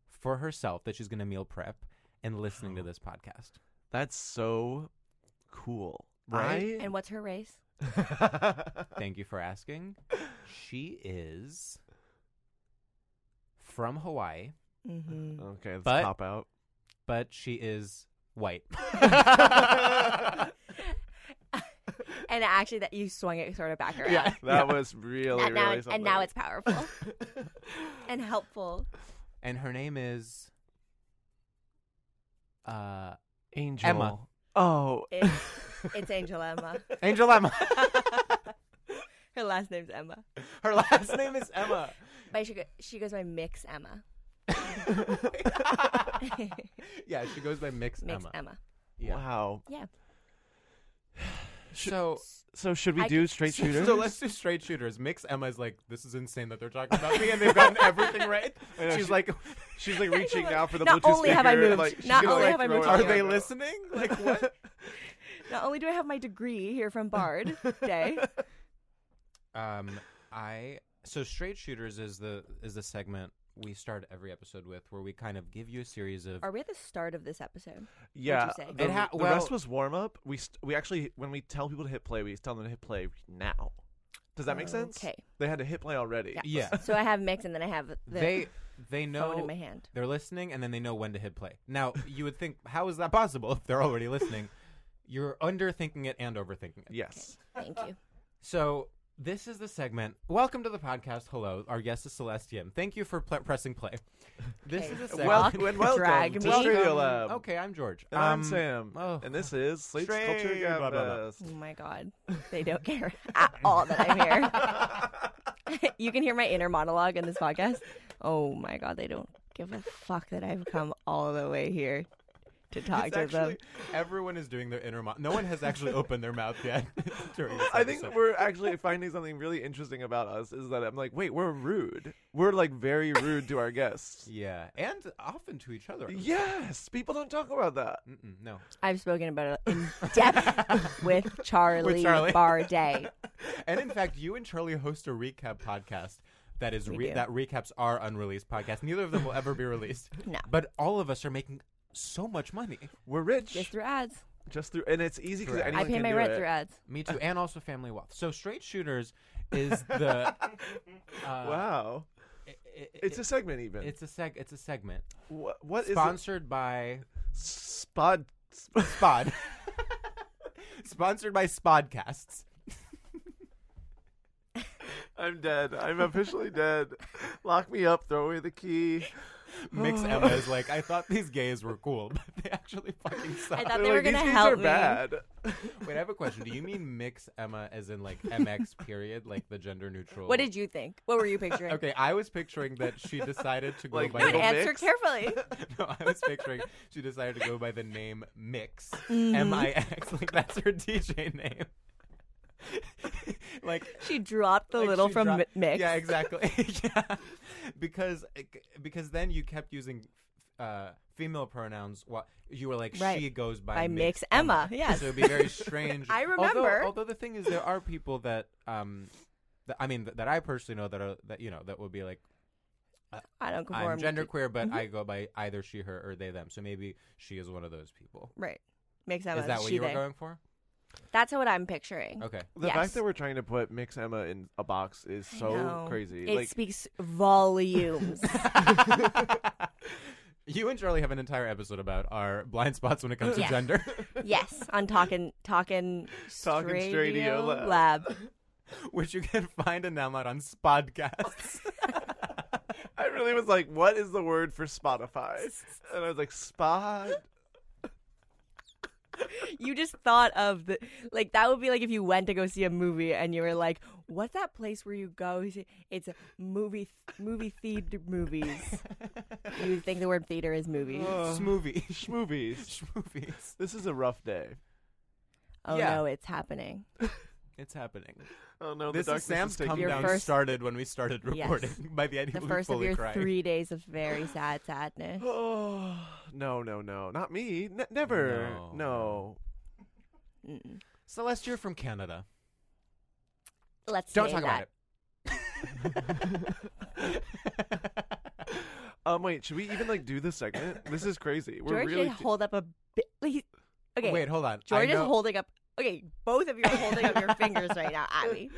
[SPEAKER 6] for herself that she's gonna meal prep and listening to this podcast.
[SPEAKER 5] that's so cool
[SPEAKER 6] Right?
[SPEAKER 5] I-
[SPEAKER 3] And what's her race?
[SPEAKER 6] Thank you for asking. She is from Hawaii,
[SPEAKER 3] Mm-hmm.
[SPEAKER 5] okay that's
[SPEAKER 6] But-
[SPEAKER 5] pop out
[SPEAKER 6] but she is white.
[SPEAKER 3] And actually, that you swung it sort of back around.
[SPEAKER 5] yeah that was really
[SPEAKER 3] and, now,
[SPEAKER 5] really
[SPEAKER 3] it's- and now
[SPEAKER 5] something.
[SPEAKER 3] it's powerful and helpful.
[SPEAKER 6] and her name is uh
[SPEAKER 5] Angel
[SPEAKER 6] Emma.
[SPEAKER 5] oh
[SPEAKER 3] It's, it's Angel Emma.
[SPEAKER 6] Angel Emma.
[SPEAKER 3] Her last name's Emma.
[SPEAKER 6] Her last name is Emma.
[SPEAKER 3] But she, go, she goes by Mix Emma.
[SPEAKER 6] yeah, she goes by Mix,
[SPEAKER 3] Mix
[SPEAKER 6] Emma.
[SPEAKER 3] Emma.
[SPEAKER 6] Yeah.
[SPEAKER 5] wow
[SPEAKER 3] Yeah.
[SPEAKER 6] So
[SPEAKER 5] So should we do straight shooters?
[SPEAKER 6] So let's do straight shooters. Mix Emma's like, this is insane that they're talking about me, and they've gotten everything right.
[SPEAKER 5] I know,
[SPEAKER 6] she's
[SPEAKER 5] she-
[SPEAKER 6] like,
[SPEAKER 5] she's like reaching now for the
[SPEAKER 3] Not
[SPEAKER 5] Bluetooth
[SPEAKER 3] only have I
[SPEAKER 5] speaker,
[SPEAKER 3] moved,
[SPEAKER 5] like, she's
[SPEAKER 3] not
[SPEAKER 5] gonna,
[SPEAKER 3] only
[SPEAKER 5] like,
[SPEAKER 3] have I
[SPEAKER 5] throw
[SPEAKER 3] moved
[SPEAKER 5] it
[SPEAKER 3] to
[SPEAKER 6] are
[SPEAKER 5] out
[SPEAKER 6] they
[SPEAKER 5] the window.
[SPEAKER 6] listening? Like what?
[SPEAKER 3] Not only do I have my degree here from Bard day,
[SPEAKER 6] um, I so straight shooters is the is the segment we start every episode with, where we kind of give you a series of.
[SPEAKER 3] are we at the start of this episode?
[SPEAKER 5] Yeah,
[SPEAKER 3] Would you say?
[SPEAKER 5] the,
[SPEAKER 6] It ha-
[SPEAKER 5] the
[SPEAKER 6] well-
[SPEAKER 5] rest was warm up. We st- we actually when we tell people to hit play, we tell them to hit play now. Does that make sense?
[SPEAKER 3] Okay.
[SPEAKER 5] They had to hit play already.
[SPEAKER 6] Yeah.
[SPEAKER 3] So I have mix, and then I have the
[SPEAKER 6] they they know
[SPEAKER 3] phone in my hand.
[SPEAKER 6] they're listening and then they know when to hit play. Now you would think how is that possible if they're already listening? You're underthinking it and overthinking it.
[SPEAKER 5] Yes.
[SPEAKER 3] Thank you.
[SPEAKER 6] So this is the segment. Welcome to the podcast. Hello, our guest is Celestium. Thank you for pl- pressing play. This
[SPEAKER 3] Okay.
[SPEAKER 6] is a segment. Um,
[SPEAKER 5] Well,
[SPEAKER 3] Walk,
[SPEAKER 5] and welcome
[SPEAKER 3] drag
[SPEAKER 5] to
[SPEAKER 3] me.
[SPEAKER 5] Studio Lab.
[SPEAKER 6] Okay, I'm George.
[SPEAKER 5] And I'm
[SPEAKER 6] Um,
[SPEAKER 5] Sam,
[SPEAKER 6] oh.
[SPEAKER 5] and this is Slate's Culture
[SPEAKER 6] Straight, blah, blah, blah.
[SPEAKER 5] Gabfest.
[SPEAKER 3] Oh my god, they don't care at all that I'm here. you can hear my inner monologue in this podcast. Oh my god, they don't give a fuck that I've come all the way here to talk
[SPEAKER 6] It's
[SPEAKER 3] to
[SPEAKER 6] actually,
[SPEAKER 3] them.
[SPEAKER 6] everyone is doing their inner mouth. No one has actually opened their mouth yet. during this
[SPEAKER 5] I think
[SPEAKER 6] episode.
[SPEAKER 5] we're actually finding something really interesting about us is that I'm like, wait, we're rude. We're like very rude to our guests.
[SPEAKER 6] yeah, and often to each other.
[SPEAKER 5] Yes, people don't talk about that.
[SPEAKER 6] Mm-mm, no,
[SPEAKER 3] I've spoken about it in depth with Charlie,
[SPEAKER 6] With Charlie.
[SPEAKER 3] Barday.
[SPEAKER 6] and in fact, you and Charlie host a recap podcast that is
[SPEAKER 3] We
[SPEAKER 6] re-
[SPEAKER 3] do.
[SPEAKER 6] that recaps our unreleased podcast. Neither of them will ever be released.
[SPEAKER 3] No.
[SPEAKER 6] But all of us are making so much money.
[SPEAKER 5] We're rich
[SPEAKER 3] Just through ads.
[SPEAKER 5] just through, and it's easy because
[SPEAKER 6] Correct. I
[SPEAKER 5] anyone
[SPEAKER 3] I pay
[SPEAKER 5] can
[SPEAKER 3] my
[SPEAKER 5] do
[SPEAKER 3] rent
[SPEAKER 5] it.
[SPEAKER 3] through ads.
[SPEAKER 6] Me too, and also family wealth. So straight shooters is the uh,
[SPEAKER 5] wow,
[SPEAKER 6] i- i-
[SPEAKER 5] it's a segment even.
[SPEAKER 6] it's a seg it's a segment
[SPEAKER 5] Wha- what is it?
[SPEAKER 6] sponsored by
[SPEAKER 5] Spod.
[SPEAKER 6] Spod, sponsored by Spodcasts.
[SPEAKER 5] I'm dead. I'm officially dead. Lock me up. Throw away the key. Oh.
[SPEAKER 6] Mix Emma is like, I thought these gays were cool, but they actually fucking suck.
[SPEAKER 3] I thought
[SPEAKER 5] They're
[SPEAKER 3] they were
[SPEAKER 5] like,
[SPEAKER 3] gonna
[SPEAKER 5] These
[SPEAKER 3] help
[SPEAKER 5] kids
[SPEAKER 3] me.
[SPEAKER 5] are bad.
[SPEAKER 6] Wait, I have a question. Do you mean mix Emma as in like MX period, like the gender neutral?
[SPEAKER 3] What did you think? What were you picturing?
[SPEAKER 6] Okay, I was picturing that she decided to go
[SPEAKER 5] Like,
[SPEAKER 6] by.
[SPEAKER 3] No,
[SPEAKER 5] Little
[SPEAKER 6] the,
[SPEAKER 3] answer
[SPEAKER 5] Mix?
[SPEAKER 3] carefully.
[SPEAKER 6] no, I was picturing she decided to go by the name Mix,
[SPEAKER 3] Mm-hmm.
[SPEAKER 6] M I X, like that's her DJ name. like
[SPEAKER 3] She dropped the
[SPEAKER 6] like
[SPEAKER 3] little
[SPEAKER 6] she
[SPEAKER 3] from
[SPEAKER 6] dro-
[SPEAKER 3] Mi- Mix.
[SPEAKER 6] Yeah, exactly. yeah, because because then you kept using uh, female pronouns. While you were like
[SPEAKER 3] Right.
[SPEAKER 6] she goes by,
[SPEAKER 3] By Mix Emma, yes.
[SPEAKER 6] so it'd be very strange.
[SPEAKER 3] I
[SPEAKER 6] Although-
[SPEAKER 3] remember.
[SPEAKER 6] Although, the thing is, there are people that um, that, I mean that, that I personally know that are that you know that would be like. uh,
[SPEAKER 3] I don't conform.
[SPEAKER 6] I'm
[SPEAKER 3] to- Mm-hmm.
[SPEAKER 6] genderqueer, but I go by either she, her, or they, them. So maybe she is one of those people.
[SPEAKER 3] Right. Makes sense.
[SPEAKER 6] Is that what
[SPEAKER 3] she,
[SPEAKER 6] you were
[SPEAKER 3] they.
[SPEAKER 6] going for?
[SPEAKER 3] That's what I'm picturing.
[SPEAKER 6] Okay.
[SPEAKER 5] The
[SPEAKER 3] Yes.
[SPEAKER 5] fact that we're trying to put Mix Emma in a box is
[SPEAKER 3] I
[SPEAKER 5] so
[SPEAKER 3] know.
[SPEAKER 5] crazy.
[SPEAKER 3] It
[SPEAKER 5] like,
[SPEAKER 3] speaks volumes.
[SPEAKER 6] you and Charlie have an entire episode about our blind spots when it comes
[SPEAKER 3] Yeah.
[SPEAKER 6] to gender.
[SPEAKER 3] yes, on talking talking
[SPEAKER 5] Talking Stradio Lab.
[SPEAKER 3] lab.
[SPEAKER 6] which you can find and download on Spodcasts.
[SPEAKER 5] I really was like, what is the word for Spotify? And I was like, Spod.
[SPEAKER 3] You just thought of the like that would be like if you went to go see a movie and you were like, "What's that place where you go?" You say, It's a movie movie theater movies. you think the word theater is movies?
[SPEAKER 5] Oh.
[SPEAKER 6] Smoovie.
[SPEAKER 5] Schmovies.
[SPEAKER 6] Schmoovies.
[SPEAKER 5] This is a rough day.
[SPEAKER 3] Oh
[SPEAKER 6] yeah.
[SPEAKER 3] no, it's happening.
[SPEAKER 6] It's happening.
[SPEAKER 5] Oh no,
[SPEAKER 6] This
[SPEAKER 5] the
[SPEAKER 6] is
[SPEAKER 5] darkness
[SPEAKER 6] Sam's
[SPEAKER 5] is taking
[SPEAKER 6] come
[SPEAKER 3] Your
[SPEAKER 6] down
[SPEAKER 3] first-
[SPEAKER 6] started when we started
[SPEAKER 3] Yes.
[SPEAKER 6] recording. By the end,
[SPEAKER 3] The
[SPEAKER 6] you
[SPEAKER 3] first of
[SPEAKER 6] fully
[SPEAKER 3] your
[SPEAKER 6] crying.
[SPEAKER 3] three days of very sad sadness.
[SPEAKER 5] Oh no, no, no, not me. N- never.
[SPEAKER 6] No.
[SPEAKER 5] No.
[SPEAKER 3] Mm-mm.
[SPEAKER 6] Celeste, you're from Canada.
[SPEAKER 3] Let's
[SPEAKER 6] Don't
[SPEAKER 3] say
[SPEAKER 6] talk
[SPEAKER 3] that.
[SPEAKER 6] about it.
[SPEAKER 5] Um, wait. Should we even like do this segment? This is crazy. We're
[SPEAKER 3] George
[SPEAKER 5] really.
[SPEAKER 3] did hold up a bit. Like, he's- okay,
[SPEAKER 6] Wait, hold on. I
[SPEAKER 3] George is
[SPEAKER 6] know-
[SPEAKER 3] holding up. Okay, both of you are holding up your fingers right now, Abby.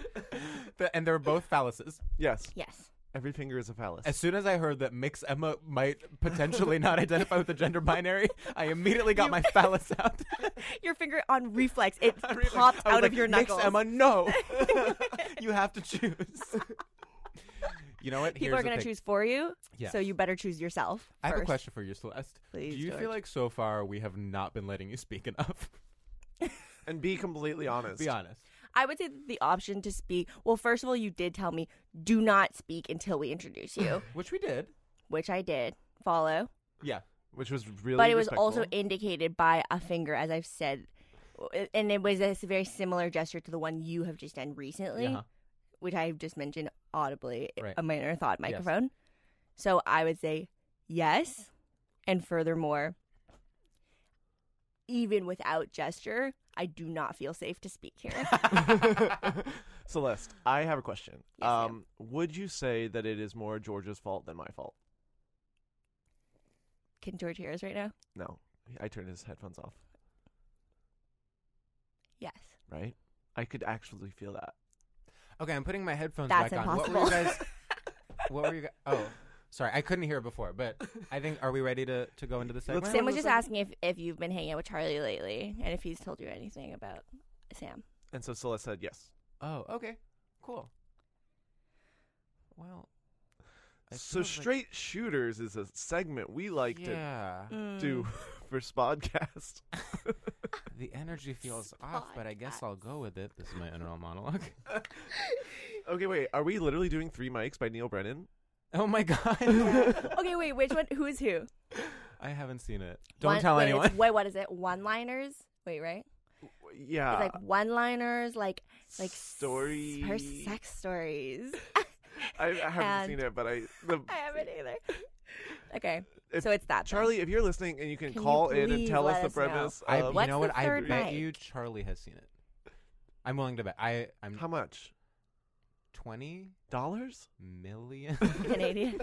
[SPEAKER 6] The- and they're both phalluses.
[SPEAKER 5] yes.
[SPEAKER 3] Yes.
[SPEAKER 5] Every finger is a phallus.
[SPEAKER 6] As soon as I heard that Mix Emma might potentially not identify with the gender binary, I immediately got my phallus out.
[SPEAKER 3] Your finger on reflex, it
[SPEAKER 6] I really-
[SPEAKER 3] popped
[SPEAKER 6] I was
[SPEAKER 3] out
[SPEAKER 6] like,
[SPEAKER 3] of your
[SPEAKER 6] "Mix
[SPEAKER 3] knuckles.
[SPEAKER 6] Emma, no. you have to choose. you know what?
[SPEAKER 3] People
[SPEAKER 6] Here's
[SPEAKER 3] are
[SPEAKER 6] the
[SPEAKER 3] going to
[SPEAKER 6] thing.
[SPEAKER 3] choose for you,
[SPEAKER 6] Yes.
[SPEAKER 3] so you better choose yourself.
[SPEAKER 6] I have a
[SPEAKER 3] first.
[SPEAKER 6] question for you, Celeste.
[SPEAKER 3] Please,
[SPEAKER 6] Do you
[SPEAKER 3] George.
[SPEAKER 6] feel like so far we have not been letting you speak enough?
[SPEAKER 5] and be completely honest.
[SPEAKER 6] Be honest.
[SPEAKER 3] I would say that the option to speak. Well, first of all, you did tell me do not speak until we introduce you,
[SPEAKER 6] Which we did.
[SPEAKER 3] which I did follow.
[SPEAKER 6] Yeah.
[SPEAKER 5] Which was really.
[SPEAKER 3] but it was also
[SPEAKER 5] respectful.
[SPEAKER 3] indicated by a finger, as I've said. and it was this very similar gesture to the one you have just done recently,
[SPEAKER 6] Uh-huh.
[SPEAKER 3] which I have just mentioned audibly,
[SPEAKER 6] Right.
[SPEAKER 3] a minor thought microphone. So I would say yes, and furthermore, even without gesture, I do not feel safe to speak here.
[SPEAKER 5] Celeste, I have a question.
[SPEAKER 3] Yes, ma'am.
[SPEAKER 5] um, would you say that it is more George's fault than my fault?
[SPEAKER 3] Can George hear us right now?
[SPEAKER 5] No, I turned his headphones off.
[SPEAKER 3] Yes.
[SPEAKER 5] Right? I could actually feel that.
[SPEAKER 6] Okay, I'm putting my headphones
[SPEAKER 3] That's
[SPEAKER 6] back on. What
[SPEAKER 3] impossible.
[SPEAKER 6] were you guys? what were you guys? Oh, sorry, I couldn't hear before. But I think are we ready to, to go into the segment?
[SPEAKER 3] Sam was just asking if, if you've been hanging out with Charlie lately and if he's told you anything about Sam.
[SPEAKER 5] And so Celeste said yes.
[SPEAKER 6] Oh, okay, cool. Well, I feels
[SPEAKER 5] So
[SPEAKER 6] like-
[SPEAKER 5] straight shooters is a segment we like
[SPEAKER 6] yeah,
[SPEAKER 5] to
[SPEAKER 3] Mm.
[SPEAKER 5] do for Spodcast.
[SPEAKER 6] the energy feels off, but I guess I'll go with it. This is my internal monologue.
[SPEAKER 5] okay, wait. Are we literally doing three mics by Neil Brennan?
[SPEAKER 6] Oh my god,
[SPEAKER 3] Okay, wait, which one? Who is who?
[SPEAKER 6] I haven't seen it. Don't
[SPEAKER 3] One-
[SPEAKER 6] tell
[SPEAKER 3] wait,
[SPEAKER 6] anyone.
[SPEAKER 3] It's, wait, what is it? One liners? Wait, right?
[SPEAKER 5] Yeah.
[SPEAKER 3] it's like one liners, like like s-
[SPEAKER 5] story.
[SPEAKER 3] her sex stories.
[SPEAKER 5] I, I haven't
[SPEAKER 3] and-
[SPEAKER 5] seen it, but I. The,
[SPEAKER 3] I haven't either. Okay,
[SPEAKER 5] If-
[SPEAKER 3] so it's that. then.
[SPEAKER 5] Charlie, if you're listening and you can,
[SPEAKER 3] Can you
[SPEAKER 5] call in and
[SPEAKER 3] please
[SPEAKER 5] tell us
[SPEAKER 3] let
[SPEAKER 5] the
[SPEAKER 3] us know?
[SPEAKER 5] premise,
[SPEAKER 6] I,
[SPEAKER 5] of-
[SPEAKER 6] you
[SPEAKER 3] What's
[SPEAKER 6] know what?
[SPEAKER 3] the
[SPEAKER 6] I
[SPEAKER 3] third
[SPEAKER 6] bet
[SPEAKER 3] mic?
[SPEAKER 6] you Charlie has seen it. I'm willing to bet. I I'm
[SPEAKER 5] how much
[SPEAKER 6] twenty
[SPEAKER 5] dollars?
[SPEAKER 6] million
[SPEAKER 3] Canadian.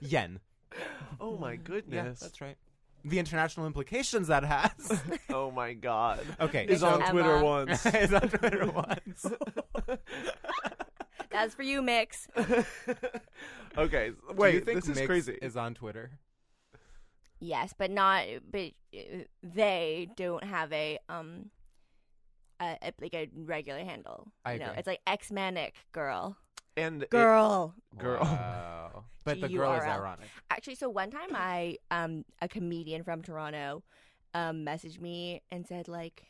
[SPEAKER 6] yen.
[SPEAKER 5] Oh my
[SPEAKER 6] Yeah,
[SPEAKER 5] goodness!
[SPEAKER 6] that's right. The international implications that has.
[SPEAKER 5] Oh my god!
[SPEAKER 6] Okay,
[SPEAKER 5] is
[SPEAKER 6] so-
[SPEAKER 5] on
[SPEAKER 3] Emma.
[SPEAKER 5] Twitter once.
[SPEAKER 6] It's on Twitter once.
[SPEAKER 3] That's for you, Mix.
[SPEAKER 5] okay,
[SPEAKER 6] Do
[SPEAKER 5] wait.
[SPEAKER 6] you think
[SPEAKER 5] this is
[SPEAKER 6] Mix
[SPEAKER 5] crazy.
[SPEAKER 6] Is on Twitter.
[SPEAKER 3] Yes, but not. But uh, they don't have a um, a, a- like a regular handle.
[SPEAKER 6] I
[SPEAKER 3] you know,
[SPEAKER 6] agree.
[SPEAKER 3] it's like X Manic girl,
[SPEAKER 5] and it-
[SPEAKER 3] girl.
[SPEAKER 5] Girl.
[SPEAKER 6] Wow. But the girl is
[SPEAKER 3] G-U-R-L.
[SPEAKER 6] ironic.
[SPEAKER 3] Actually, so one time I um a comedian from Toronto um messaged me and said like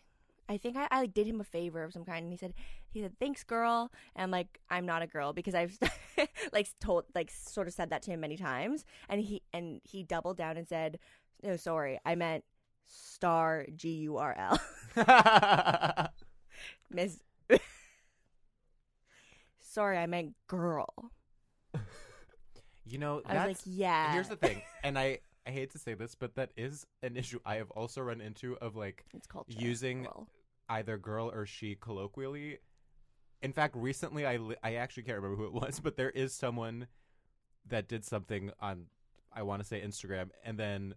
[SPEAKER 3] I think I, I did him a favor of some kind and he said he said thanks girl and I'm like I'm not a girl because I've like told like sort of said that to him many times and he and he doubled down and said no sorry I meant star G U R L miss sorry I meant girl
[SPEAKER 6] you know,
[SPEAKER 3] I was like
[SPEAKER 6] that's-
[SPEAKER 3] yeah
[SPEAKER 6] Here's the thing, and I, I hate to say this, but that is an issue I have also run into of like
[SPEAKER 3] it's called
[SPEAKER 6] using
[SPEAKER 3] girl.
[SPEAKER 6] either girl or she colloquially. In fact, recently I li- I actually can't remember who it was, but there is someone that did something on I want to say Instagram, and then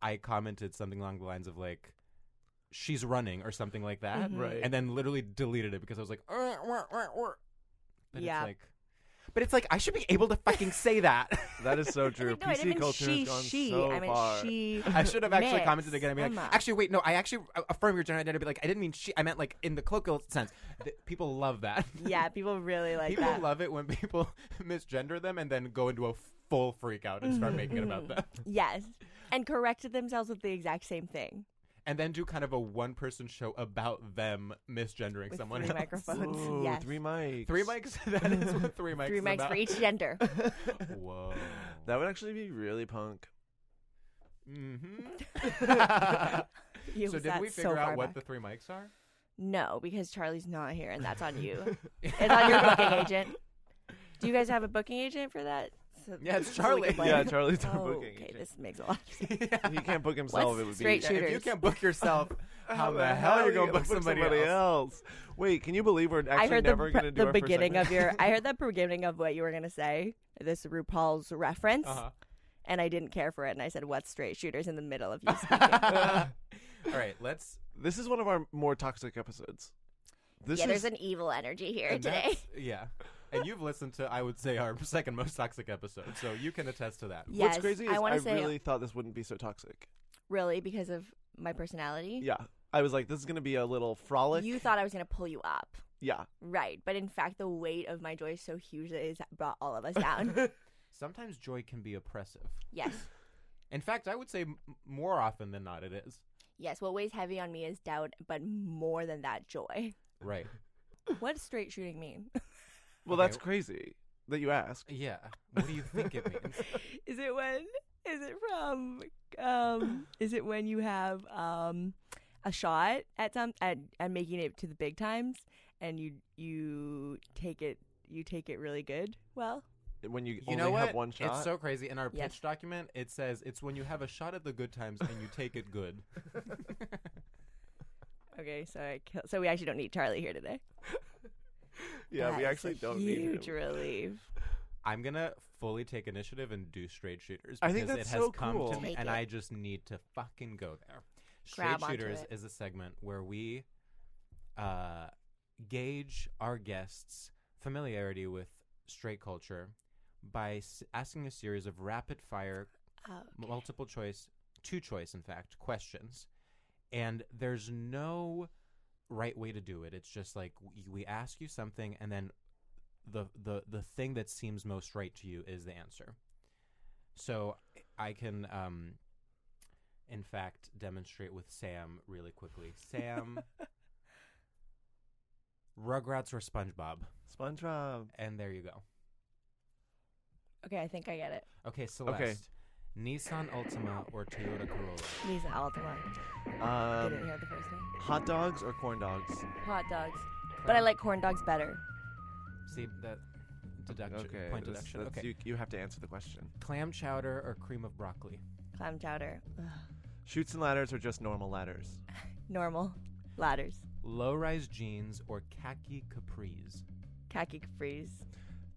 [SPEAKER 6] I commented something along the lines of like she's running or something like that,
[SPEAKER 3] Mhm.
[SPEAKER 5] Right.
[SPEAKER 6] And then literally deleted it because I was like, "Uh, wah, wah, wah." But
[SPEAKER 3] Yeah.
[SPEAKER 6] It's like, but it's like I should be able to fucking say that.
[SPEAKER 5] that is so
[SPEAKER 3] I
[SPEAKER 5] true.
[SPEAKER 3] think, no, I
[SPEAKER 5] PC
[SPEAKER 3] didn't mean
[SPEAKER 5] culture
[SPEAKER 3] she,
[SPEAKER 5] has gone
[SPEAKER 3] she.
[SPEAKER 5] so
[SPEAKER 3] I mean,
[SPEAKER 5] far.
[SPEAKER 3] she.
[SPEAKER 6] I should have actually
[SPEAKER 3] mixed.
[SPEAKER 6] commented again and be like,
[SPEAKER 3] Emma.
[SPEAKER 6] actually, wait, no, I actually a- affirm your gender identity. Be like, I didn't mean she. I meant like in the colloquial sense. Th- people love that.
[SPEAKER 3] yeah, people really like
[SPEAKER 6] people
[SPEAKER 3] that.
[SPEAKER 6] love it when people misgender them and then go into a full freak out and start making it about them,
[SPEAKER 3] yes, and corrected themselves with the exact same thing
[SPEAKER 6] and then do kind of a one person show about them misgendering
[SPEAKER 3] with
[SPEAKER 6] someone
[SPEAKER 3] three
[SPEAKER 6] else.
[SPEAKER 3] microphones.
[SPEAKER 5] Ooh,
[SPEAKER 3] yes,
[SPEAKER 5] three mics.
[SPEAKER 6] Three mics. That is what three mics.
[SPEAKER 3] Three
[SPEAKER 6] is
[SPEAKER 3] mics
[SPEAKER 6] about.
[SPEAKER 3] for each gender.
[SPEAKER 6] Whoa.
[SPEAKER 5] That would actually be really punk.
[SPEAKER 6] Mm-hmm.
[SPEAKER 3] You
[SPEAKER 6] so
[SPEAKER 3] was
[SPEAKER 6] did
[SPEAKER 3] that
[SPEAKER 6] we
[SPEAKER 3] so
[SPEAKER 6] figure
[SPEAKER 3] far
[SPEAKER 6] out what
[SPEAKER 3] back.
[SPEAKER 6] the three mics are?
[SPEAKER 3] No, because Charlie's not here, and that's on you. it's on your booking agent. Do you guys have a booking agent for that? So-
[SPEAKER 6] Yeah, it's
[SPEAKER 3] so we
[SPEAKER 6] Charlie.
[SPEAKER 3] can blame-
[SPEAKER 5] Yeah, Charlie's our
[SPEAKER 3] oh,
[SPEAKER 5] booking
[SPEAKER 3] Okay,
[SPEAKER 5] agent.
[SPEAKER 3] this makes a lot. Of sense.
[SPEAKER 5] He can't book himself. It would be
[SPEAKER 3] straight
[SPEAKER 6] Yeah, if you
[SPEAKER 3] Shooters.
[SPEAKER 6] can't book yourself, how the hell are you gonna book somebody, else?
[SPEAKER 5] Wait, can you believe we're actually
[SPEAKER 3] I heard
[SPEAKER 5] never
[SPEAKER 3] the,
[SPEAKER 5] gonna do
[SPEAKER 3] the
[SPEAKER 5] our first
[SPEAKER 3] beginning of your.
[SPEAKER 5] segment?
[SPEAKER 3] I heard the beginning of what you were gonna say. This RuPaul's reference.
[SPEAKER 6] Uh-huh.
[SPEAKER 3] and I didn't care for it. And I said, "What straight shooters in the middle of you speaking?"
[SPEAKER 6] All right, let's.
[SPEAKER 5] This is one of our more toxic episodes. This
[SPEAKER 3] yeah,
[SPEAKER 5] is
[SPEAKER 3] there's an evil energy here
[SPEAKER 6] and
[SPEAKER 3] today.
[SPEAKER 6] that's- Yeah, and you've listened to, I would say, our second most toxic episode, so you can attest to that.
[SPEAKER 3] Yes,
[SPEAKER 5] what's crazy is
[SPEAKER 3] I
[SPEAKER 5] I,
[SPEAKER 3] want to say
[SPEAKER 5] really thought this wouldn't be so toxic.
[SPEAKER 3] really because of my personality.
[SPEAKER 5] Yeah, I was like, this is gonna be a little frolic.
[SPEAKER 3] You thought I was gonna pull you up,
[SPEAKER 5] yeah,
[SPEAKER 3] right? But in fact, the weight of my joy is so huge that it's brought all of us down.
[SPEAKER 6] Sometimes joy can be oppressive.
[SPEAKER 3] yes,
[SPEAKER 6] In fact, I would say m- more often than not, it is.
[SPEAKER 3] yes. What weighs heavy on me is doubt, but more than that, joy.
[SPEAKER 6] Right.
[SPEAKER 3] What does straight shooting mean?
[SPEAKER 5] well,
[SPEAKER 6] Okay.
[SPEAKER 5] that's crazy that you ask.
[SPEAKER 6] Yeah. What do you think it means?
[SPEAKER 3] Is it when? Is it from? Um, is it when you have um, a shot at some at, at making it to the big times, and you you take it you take it really good. Well,
[SPEAKER 5] when you,
[SPEAKER 6] You
[SPEAKER 5] only
[SPEAKER 6] know what?
[SPEAKER 5] have one shot.
[SPEAKER 6] It's so crazy. In our
[SPEAKER 3] Yes.
[SPEAKER 6] pitch document, it says it's when you have a shot at the good times and you take it good.
[SPEAKER 3] okay, so I kill, so we actually don't need Charlie here today.
[SPEAKER 5] yeah,
[SPEAKER 3] That
[SPEAKER 5] we
[SPEAKER 3] is a
[SPEAKER 5] actually don't
[SPEAKER 3] huge
[SPEAKER 5] need him.
[SPEAKER 3] relief.
[SPEAKER 6] I'm gonna fully take initiative and do straight shooters.
[SPEAKER 5] I think
[SPEAKER 6] because
[SPEAKER 5] that's
[SPEAKER 6] it has
[SPEAKER 5] so
[SPEAKER 6] come
[SPEAKER 5] cool.
[SPEAKER 6] to me,
[SPEAKER 3] Take
[SPEAKER 6] and
[SPEAKER 3] it.
[SPEAKER 6] I just need to fucking go there. Straight
[SPEAKER 3] Grab onto
[SPEAKER 6] shooters
[SPEAKER 3] it.
[SPEAKER 6] is a segment where we uh, gauge our guests' familiarity with straight culture by s- asking a series of rapid fire, multiple choice, two choice, in fact, questions. And there's no right way to do it. It's just like we, we ask you something, and then the the the thing that seems most right to you is the answer. So I can, um, in fact, demonstrate with Sam really quickly. Sam, Rugrats or SpongeBob,
[SPEAKER 5] SpongeBob.
[SPEAKER 6] and there you go.
[SPEAKER 3] Okay, I think I get it.
[SPEAKER 6] Okay, Celeste, Nissan Altima or Toyota Corolla.
[SPEAKER 3] Lisa Altima. Didn't
[SPEAKER 5] Um,
[SPEAKER 3] hear the first one.
[SPEAKER 5] hot dogs or corn dogs?
[SPEAKER 3] Hot dogs, but I like corn dogs better.
[SPEAKER 6] See that deduction
[SPEAKER 5] Okay,
[SPEAKER 6] point
[SPEAKER 5] that's-
[SPEAKER 6] deduction.
[SPEAKER 5] that's-
[SPEAKER 6] okay,
[SPEAKER 5] You, you have to answer the question.
[SPEAKER 6] clam chowder or cream of broccoli.
[SPEAKER 3] Clam chowder, Ugh.
[SPEAKER 5] Shoots and ladders or just normal ladders?
[SPEAKER 3] normal ladders,
[SPEAKER 6] Low-rise jeans or khaki capris.
[SPEAKER 3] khaki capris,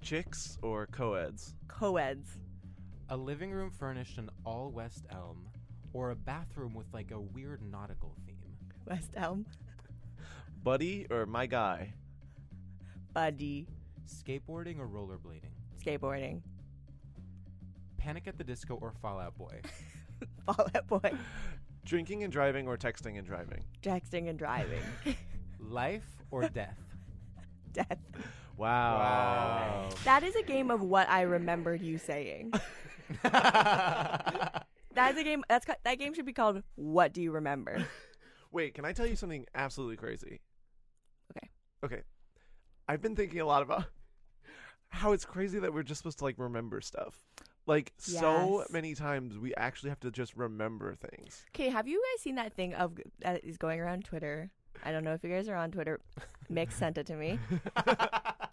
[SPEAKER 5] Chicks or co-eds?
[SPEAKER 3] co-eds,
[SPEAKER 6] A living room furnished in all West Elm, or a bathroom with like a weird nautical theme.
[SPEAKER 3] West Elm,
[SPEAKER 5] Buddy or my guy?
[SPEAKER 3] buddy,
[SPEAKER 6] Skateboarding or rollerblading.
[SPEAKER 3] skateboarding,
[SPEAKER 6] Panic at the Disco or Fallout Boy.
[SPEAKER 3] Fallout Boy,
[SPEAKER 5] Drinking and driving or texting and driving?
[SPEAKER 3] texting and driving,
[SPEAKER 6] Life or death.
[SPEAKER 3] death.
[SPEAKER 5] Wow.
[SPEAKER 3] That is a game of what I remembered you saying. That's a game. That's ca- that game should be called What Do You Remember?
[SPEAKER 5] Wait, can I tell you something absolutely crazy?
[SPEAKER 3] Okay.
[SPEAKER 5] Okay. I've been thinking a lot about how it's crazy that we're just supposed to like remember stuff. Like so
[SPEAKER 3] Yes.
[SPEAKER 5] many times we actually have to just remember things.
[SPEAKER 3] Okay, have you guys seen that thing of that is going around Twitter? I don't know if you guys are on Twitter. Mick sent it to me.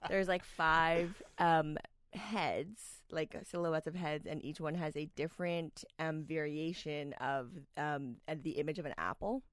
[SPEAKER 3] There's like five um, heads, like silhouettes of heads, and each one has a different um, variation of um, and the image of an apple.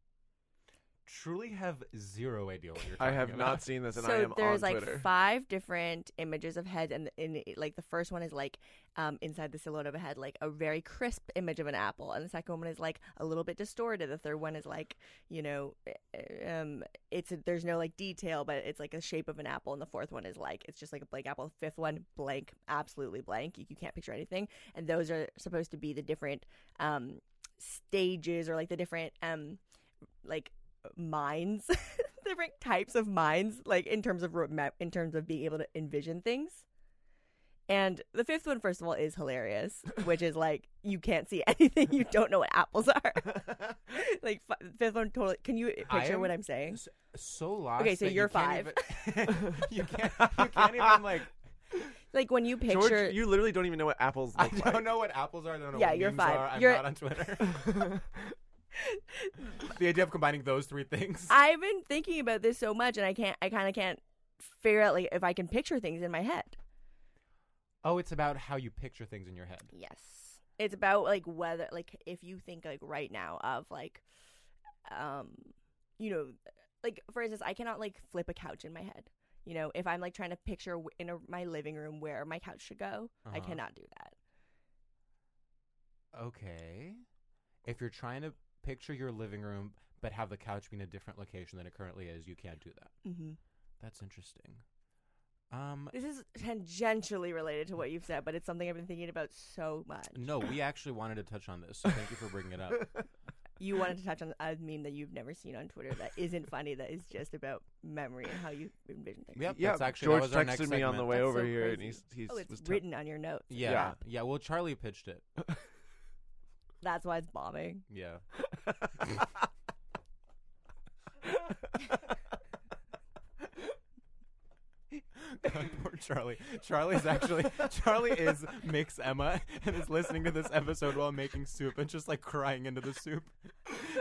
[SPEAKER 6] Truly have zero idea what you're
[SPEAKER 5] I
[SPEAKER 6] talking
[SPEAKER 5] have
[SPEAKER 6] about.
[SPEAKER 5] not seen this and
[SPEAKER 3] so
[SPEAKER 5] I am
[SPEAKER 3] there's
[SPEAKER 5] on
[SPEAKER 3] like
[SPEAKER 5] Twitter.
[SPEAKER 3] five different images of heads, and in it- like the first one is like um, inside the silhouette of a head, like a very crisp image of an apple, and the second one is like a little bit distorted. The third one is like you know, uh, um, it's there's no like detail, but it's like a shape of an apple, and the fourth one is like it's just like a blank apple. The fifth one blank, absolutely blank. You, you can't picture anything, and those are supposed to be the different um, stages or like the different um, like minds different types of minds like in terms of remem- in terms of being able to envision things and the fifth one first of all is hilarious which is like you can't see anything you don't know what apples are like f- fifth one totally can you
[SPEAKER 6] I
[SPEAKER 3] picture
[SPEAKER 6] am
[SPEAKER 3] what i'm saying
[SPEAKER 6] s- So lost.
[SPEAKER 3] Okay, so
[SPEAKER 6] that you
[SPEAKER 3] you're
[SPEAKER 6] can't even- you can't. You can't even like.
[SPEAKER 3] like when you picture
[SPEAKER 5] George, you literally don't even know what apples
[SPEAKER 6] I
[SPEAKER 5] look like.
[SPEAKER 6] don't know what apples are. I don't know
[SPEAKER 3] Yeah,
[SPEAKER 6] what
[SPEAKER 3] you're
[SPEAKER 6] memes
[SPEAKER 3] fine.
[SPEAKER 6] are. I'm
[SPEAKER 3] You're-
[SPEAKER 6] not on Twitter. the idea of combining those three things.
[SPEAKER 3] i've been thinking about this so much and i can't i kind of can't figure out like if i can picture things in my head
[SPEAKER 6] oh, it's about how you picture things in your head.
[SPEAKER 3] Yes. It's about like whether like if you think like right now of like um you know like for instance I cannot like flip a couch in my head. You know, if I'm like trying to picture w- in a, my living room where my couch should go, I
[SPEAKER 6] Uh-huh.
[SPEAKER 3] cannot do that.
[SPEAKER 6] Okay. If you're trying to picture your living room but have the couch be in a different location than it currently is, you can't do that.
[SPEAKER 3] Mm-hmm.
[SPEAKER 6] That's interesting. Um
[SPEAKER 3] This is tangentially related to what you've said, but it's something I've been thinking about so much.
[SPEAKER 6] no, we actually wanted to touch on this, so thank you for bringing it up.
[SPEAKER 3] You wanted to touch on a meme that you've never seen on Twitter that isn't funny, that is just about memory and how you envision things.
[SPEAKER 6] Yep,
[SPEAKER 5] Yeah,
[SPEAKER 6] that's actually that was
[SPEAKER 5] George texted
[SPEAKER 6] our next
[SPEAKER 5] me on the
[SPEAKER 6] segment.
[SPEAKER 5] way
[SPEAKER 3] That's
[SPEAKER 5] over
[SPEAKER 3] so
[SPEAKER 5] here, and
[SPEAKER 3] crazy.
[SPEAKER 5] he's he's
[SPEAKER 3] Oh, it's
[SPEAKER 5] was te-
[SPEAKER 3] written on your notes.
[SPEAKER 6] Yeah, yeah.
[SPEAKER 5] Yeah.
[SPEAKER 6] well, Charlie pitched it.
[SPEAKER 3] That's why it's bombing.
[SPEAKER 6] Yeah. God, poor Charlie. Charlie's actually Charlie is Mix Emma and is listening to this episode while making soup and just like crying into the soup.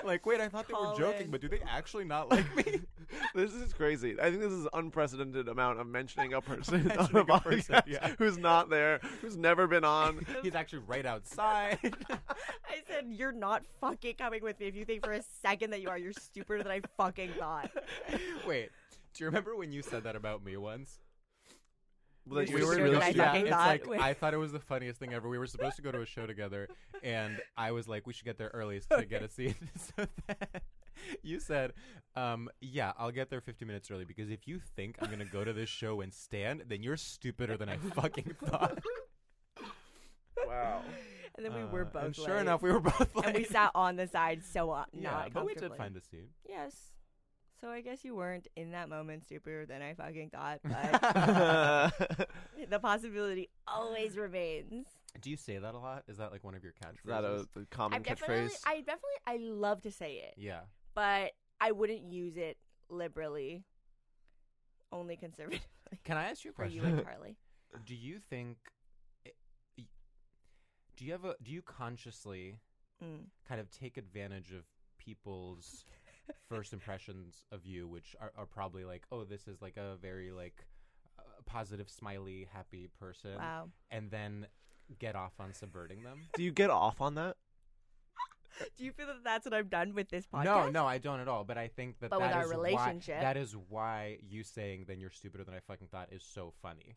[SPEAKER 6] like, wait, I thought they were
[SPEAKER 3] Call
[SPEAKER 6] joking,
[SPEAKER 3] in.
[SPEAKER 6] but do they actually not like me?
[SPEAKER 5] this is crazy. I think this is unprecedented amount of mentioning a person on a
[SPEAKER 6] Mentioning a person,
[SPEAKER 5] podcast
[SPEAKER 6] yeah.
[SPEAKER 5] who's not there, who's never been on.
[SPEAKER 6] He's actually right outside.
[SPEAKER 3] I said, You're not fucking coming with me. If you think for a second that you are, you're stupider than I fucking thought.
[SPEAKER 6] wait, do you remember when you said that about me once?
[SPEAKER 5] Like,
[SPEAKER 3] We were Sure, really- that I
[SPEAKER 6] yeah,
[SPEAKER 3] fucking
[SPEAKER 6] it's
[SPEAKER 3] thought.
[SPEAKER 6] like I thought it was the funniest thing ever. We were supposed to go to a show together, and I was like, "We should get there early to get a seat." so then you said, um, "Yeah, I'll get there 15 minutes early because if you think I'm gonna go to this show and stand, then you're stupider than I fucking thought."
[SPEAKER 5] wow.
[SPEAKER 3] And then we were
[SPEAKER 6] Uh,
[SPEAKER 3] both
[SPEAKER 6] and sure
[SPEAKER 3] late.
[SPEAKER 6] enough, we were both like,
[SPEAKER 3] and we sat on the side so uh,
[SPEAKER 6] yeah,
[SPEAKER 3] not
[SPEAKER 6] but we did
[SPEAKER 3] comfortably.
[SPEAKER 6] find a seat.
[SPEAKER 3] Yes. So I guess you weren't in that moment stupider than I fucking thought, but the possibility always remains.
[SPEAKER 6] Do you say that a lot? Is that like one of your catchphrases?
[SPEAKER 5] Is that a the common
[SPEAKER 3] I've definitely,
[SPEAKER 5] catchphrase?
[SPEAKER 3] I definitely, I love to say it,
[SPEAKER 6] yeah.
[SPEAKER 3] but I wouldn't use it liberally. Only conservatively.
[SPEAKER 6] Can I ask you a
[SPEAKER 3] For you
[SPEAKER 6] question?
[SPEAKER 3] and Carly.
[SPEAKER 6] do you think? Do you have a? Do you consciously
[SPEAKER 3] Mm.
[SPEAKER 6] kind of take advantage of people's first impressions of you, which are, are probably like, oh, this is like a very like uh, positive, smiley, happy person,
[SPEAKER 3] Wow.
[SPEAKER 6] and then get off on subverting them.
[SPEAKER 5] Do you get off on that?
[SPEAKER 3] Do you feel that that's what I've done with this podcast?
[SPEAKER 6] No, no, I don't at all. But I think that
[SPEAKER 3] But with
[SPEAKER 6] that
[SPEAKER 3] our
[SPEAKER 6] is why-
[SPEAKER 3] relationship.
[SPEAKER 6] that is why you saying then you're stupider than I fucking thought is so funny.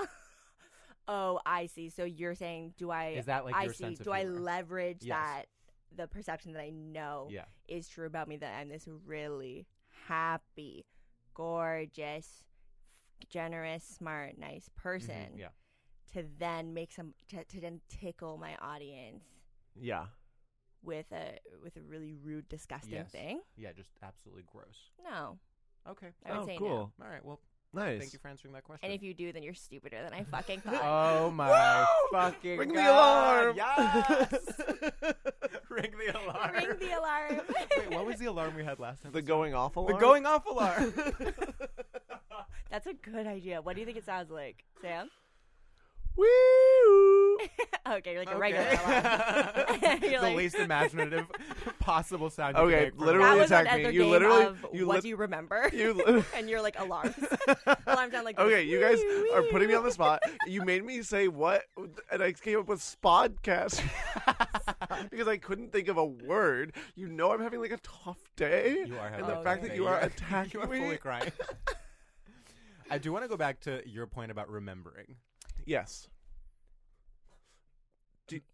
[SPEAKER 3] Oh, I see. So you're saying, do I?
[SPEAKER 6] Is that, like,
[SPEAKER 3] I
[SPEAKER 6] your
[SPEAKER 3] see?
[SPEAKER 6] sense of
[SPEAKER 3] do I
[SPEAKER 6] humor?
[SPEAKER 3] leverage
[SPEAKER 6] Yes.
[SPEAKER 3] that the perception that I know
[SPEAKER 6] Yeah.
[SPEAKER 3] is true about me that I'm this really happy, gorgeous, generous, smart, nice person
[SPEAKER 6] Mhm, yeah.
[SPEAKER 3] to then make some to, to then tickle my audience
[SPEAKER 5] Yeah.
[SPEAKER 3] with a with a really rude, disgusting
[SPEAKER 6] Yes.
[SPEAKER 3] thing?
[SPEAKER 6] Yeah, just absolutely gross.
[SPEAKER 3] No,
[SPEAKER 6] Okay.
[SPEAKER 3] I would
[SPEAKER 5] oh,
[SPEAKER 3] say
[SPEAKER 5] cool.
[SPEAKER 3] no.
[SPEAKER 6] All right. Well,
[SPEAKER 5] Nice.
[SPEAKER 6] thank you for answering that question.
[SPEAKER 3] And if you do, then you're stupider than I fucking thought.
[SPEAKER 6] Oh my fucking
[SPEAKER 5] Ring the
[SPEAKER 6] God.
[SPEAKER 5] alarm.
[SPEAKER 6] Yes. Ring the alarm.
[SPEAKER 3] Ring the alarm.
[SPEAKER 6] Wait, what was the alarm we had last time?
[SPEAKER 5] The going off alarm.
[SPEAKER 6] The going off alarm.
[SPEAKER 3] That's a good idea. What do you think it sounds like, Sam?
[SPEAKER 5] Woo!
[SPEAKER 3] Okay, you're like a regular alarm.
[SPEAKER 6] Okay.
[SPEAKER 3] You're
[SPEAKER 6] the
[SPEAKER 3] like-
[SPEAKER 6] least imaginative possible sound. you
[SPEAKER 5] Okay,
[SPEAKER 6] could make for-
[SPEAKER 5] literally
[SPEAKER 3] That was
[SPEAKER 5] attacked
[SPEAKER 3] another
[SPEAKER 5] me. You
[SPEAKER 3] game
[SPEAKER 5] literally,
[SPEAKER 3] of
[SPEAKER 5] you
[SPEAKER 3] what
[SPEAKER 5] lit-
[SPEAKER 3] do you remember?
[SPEAKER 5] you li-
[SPEAKER 3] and you're like alarms. alarms sound like this.
[SPEAKER 5] Okay, you guys
[SPEAKER 3] Wee,
[SPEAKER 5] are
[SPEAKER 3] wee.
[SPEAKER 5] putting me on the spot. You made me say what, and I came up with spodcast because I couldn't think of a word. You know, I'm having like a tough day.
[SPEAKER 6] You are
[SPEAKER 5] and
[SPEAKER 6] having
[SPEAKER 5] the
[SPEAKER 3] a tough
[SPEAKER 5] fact that
[SPEAKER 3] day.
[SPEAKER 5] you are
[SPEAKER 6] You are-
[SPEAKER 5] attacking
[SPEAKER 6] you are
[SPEAKER 5] me.
[SPEAKER 6] fully crying. I do want to go back to your point about remembering.
[SPEAKER 5] Yes.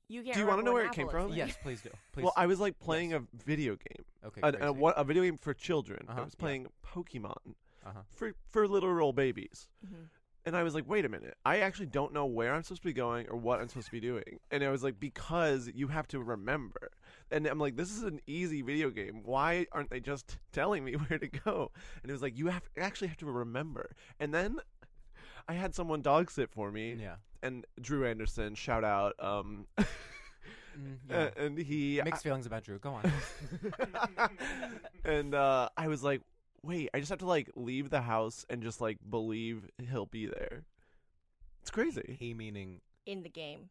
[SPEAKER 3] You can't
[SPEAKER 5] Do you wanna
[SPEAKER 3] remember
[SPEAKER 5] know
[SPEAKER 3] what
[SPEAKER 5] where it
[SPEAKER 3] an
[SPEAKER 5] came
[SPEAKER 3] apple
[SPEAKER 5] from?
[SPEAKER 3] looks like.
[SPEAKER 6] Yes, please do. Please.
[SPEAKER 5] Well, I was like playing a video game,
[SPEAKER 6] okay.
[SPEAKER 5] a, a, what- a video game for children.
[SPEAKER 6] Uh-huh,
[SPEAKER 5] I was playing Pokemon
[SPEAKER 6] Uh-huh.
[SPEAKER 5] for for little role babies.
[SPEAKER 3] Mhm.
[SPEAKER 5] and I was like, wait a minute, I actually don't know where I'm supposed to be going or what I'm supposed to be doing. And I was like, because you have to remember. And I'm like, this is an easy video game. Why aren't they just telling me where to go? And it was like, you have actually have to remember. And then I had someone dog sit for me.
[SPEAKER 6] Yeah.
[SPEAKER 5] And Drew Anderson, shout out. Um,
[SPEAKER 6] Mm, yeah.
[SPEAKER 5] uh, and he
[SPEAKER 6] Mixed feelings about Drew. Go on.
[SPEAKER 5] and uh, I was like, wait, I just have to like leave the house and just like believe he'll be there. It's crazy.
[SPEAKER 6] he meaning.
[SPEAKER 3] In the game.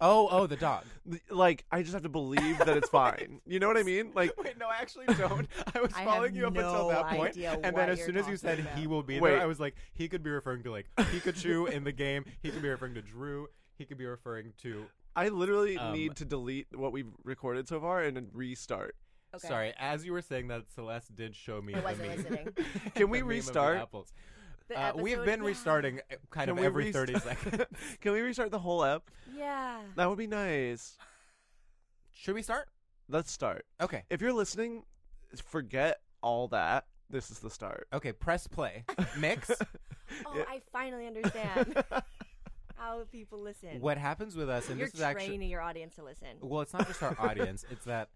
[SPEAKER 6] Oh, oh, the dog.
[SPEAKER 5] Like I just have to believe that it's fine. You know what I mean? Like
[SPEAKER 6] Wait, no, I actually don't. I was
[SPEAKER 3] I have
[SPEAKER 6] following you up until
[SPEAKER 3] no
[SPEAKER 6] that point,
[SPEAKER 3] idea
[SPEAKER 6] and
[SPEAKER 3] what
[SPEAKER 6] then as
[SPEAKER 3] you're
[SPEAKER 6] soon as you said
[SPEAKER 3] talking
[SPEAKER 6] he
[SPEAKER 3] about.
[SPEAKER 6] will be
[SPEAKER 5] Wait.
[SPEAKER 6] there, I was like, he could be referring to like Pikachu in the game. He could be referring to Drew. He could be referring to.
[SPEAKER 5] I literally
[SPEAKER 6] Um,
[SPEAKER 5] need to delete what we've recorded so far and then restart.
[SPEAKER 3] Okay.
[SPEAKER 6] Sorry, as you were saying that, Celeste did show me.
[SPEAKER 3] I
[SPEAKER 6] the
[SPEAKER 3] wasn't
[SPEAKER 6] meme.
[SPEAKER 3] listening.
[SPEAKER 5] Can we
[SPEAKER 6] The meme of the
[SPEAKER 5] restart?
[SPEAKER 6] apples?
[SPEAKER 3] The
[SPEAKER 6] Uh, we've
[SPEAKER 3] episode-
[SPEAKER 6] been
[SPEAKER 3] yeah.
[SPEAKER 6] restarting uh, kind
[SPEAKER 5] Can
[SPEAKER 6] of
[SPEAKER 5] we
[SPEAKER 6] every
[SPEAKER 5] restart-
[SPEAKER 6] thirty seconds.
[SPEAKER 5] Can we restart the whole app?
[SPEAKER 3] Yeah.
[SPEAKER 5] That would be nice.
[SPEAKER 6] Should we start?
[SPEAKER 5] Let's start.
[SPEAKER 6] Okay.
[SPEAKER 5] If you're listening, forget all that. This is the start.
[SPEAKER 6] Okay. Press play. Mix.
[SPEAKER 3] Oh, I finally understand how people listen.
[SPEAKER 6] what happens with us, and
[SPEAKER 3] You're
[SPEAKER 6] this is actually
[SPEAKER 3] training your audience to listen.
[SPEAKER 6] Well, it's not just our audience. It's that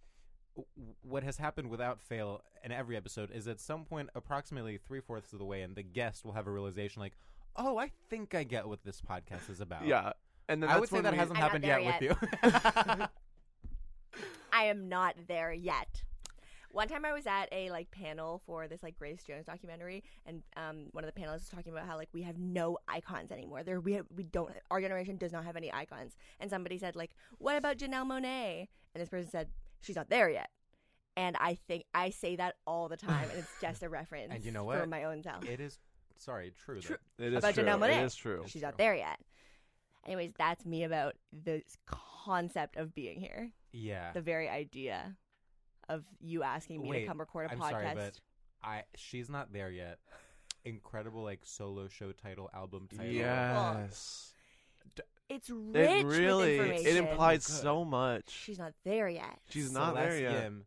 [SPEAKER 6] w- what has happened without fail in every episode is at some point, approximately three fourths of the way, and the guest will have a realization like, "Oh, I think I get what this podcast is about."
[SPEAKER 5] Yeah. And then
[SPEAKER 6] I
[SPEAKER 5] that's
[SPEAKER 6] would say
[SPEAKER 5] when
[SPEAKER 6] that
[SPEAKER 5] we-
[SPEAKER 6] hasn't
[SPEAKER 3] I'm not
[SPEAKER 6] happened
[SPEAKER 3] there
[SPEAKER 6] yet, with you.
[SPEAKER 3] I am not there yet. One time I was at a like panel for this like Grace Jones documentary, and um, one of the panelists was talking about how like we have no icons anymore. There we have, we don't our generation does not have any icons. And somebody said like, "What about Janelle Monet?" And this person said,
[SPEAKER 5] she's not there yet. And I think I say that all the time, and it's just a reference.
[SPEAKER 6] And you know
[SPEAKER 5] for
[SPEAKER 6] what?
[SPEAKER 5] my own self
[SPEAKER 6] It is sorry, true.
[SPEAKER 5] True.
[SPEAKER 6] though.
[SPEAKER 7] It is
[SPEAKER 5] about
[SPEAKER 7] true.
[SPEAKER 5] Janelle Monae.
[SPEAKER 7] It is true.
[SPEAKER 5] She's not there yet. Anyways, that's me about the concept of being here.
[SPEAKER 6] Yeah.
[SPEAKER 5] The very idea of you asking me to
[SPEAKER 6] Wait,
[SPEAKER 5] come record a
[SPEAKER 6] I'm
[SPEAKER 5] podcast.
[SPEAKER 6] sorry, but I she's not there yet. Incredible, like solo show title, album title.
[SPEAKER 7] Yes.
[SPEAKER 5] it's
[SPEAKER 7] It
[SPEAKER 5] rich
[SPEAKER 7] really
[SPEAKER 5] with
[SPEAKER 7] it
[SPEAKER 5] information.
[SPEAKER 7] implied
[SPEAKER 6] Good.
[SPEAKER 7] so much.
[SPEAKER 5] she's not there yet.
[SPEAKER 7] She's not there yet.
[SPEAKER 6] Celestium,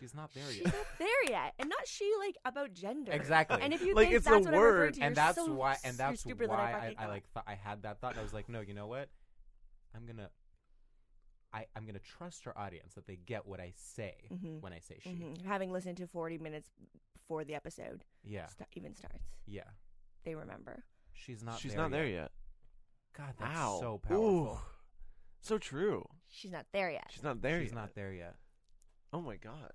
[SPEAKER 6] She's not there
[SPEAKER 5] She's
[SPEAKER 6] yet.
[SPEAKER 5] not there yet, and not she like about gender
[SPEAKER 6] Exactly.
[SPEAKER 5] And if you
[SPEAKER 7] Like,
[SPEAKER 5] think
[SPEAKER 7] it's
[SPEAKER 5] that's
[SPEAKER 7] the
[SPEAKER 5] what I'm referring
[SPEAKER 7] word.
[SPEAKER 5] to,
[SPEAKER 6] and
[SPEAKER 5] you're
[SPEAKER 6] that's
[SPEAKER 5] so
[SPEAKER 6] why
[SPEAKER 5] s-
[SPEAKER 6] and
[SPEAKER 5] you're
[SPEAKER 6] that's
[SPEAKER 5] stupier than
[SPEAKER 6] why
[SPEAKER 5] fucking
[SPEAKER 6] I, I
[SPEAKER 5] thought.
[SPEAKER 6] like thought I had that thought and I was like, no, you know what? I'm gonna I, I'm gonna trust our audience that they get what I say
[SPEAKER 5] Mhm.
[SPEAKER 6] when I say she.
[SPEAKER 5] Mhm. having listened to 40 minutes before the episode
[SPEAKER 6] Yeah.
[SPEAKER 5] sta- even starts.
[SPEAKER 6] Yeah.
[SPEAKER 5] They remember.
[SPEAKER 6] She's not
[SPEAKER 7] she's
[SPEAKER 6] there
[SPEAKER 7] not
[SPEAKER 6] yet.
[SPEAKER 7] there yet.
[SPEAKER 6] God, that's
[SPEAKER 7] Ow.
[SPEAKER 6] so
[SPEAKER 7] Ooh.
[SPEAKER 6] powerful.
[SPEAKER 7] So true.
[SPEAKER 5] She's not there yet.
[SPEAKER 7] She's not there
[SPEAKER 6] she's
[SPEAKER 7] yet.
[SPEAKER 6] not there yet.
[SPEAKER 7] Oh my god.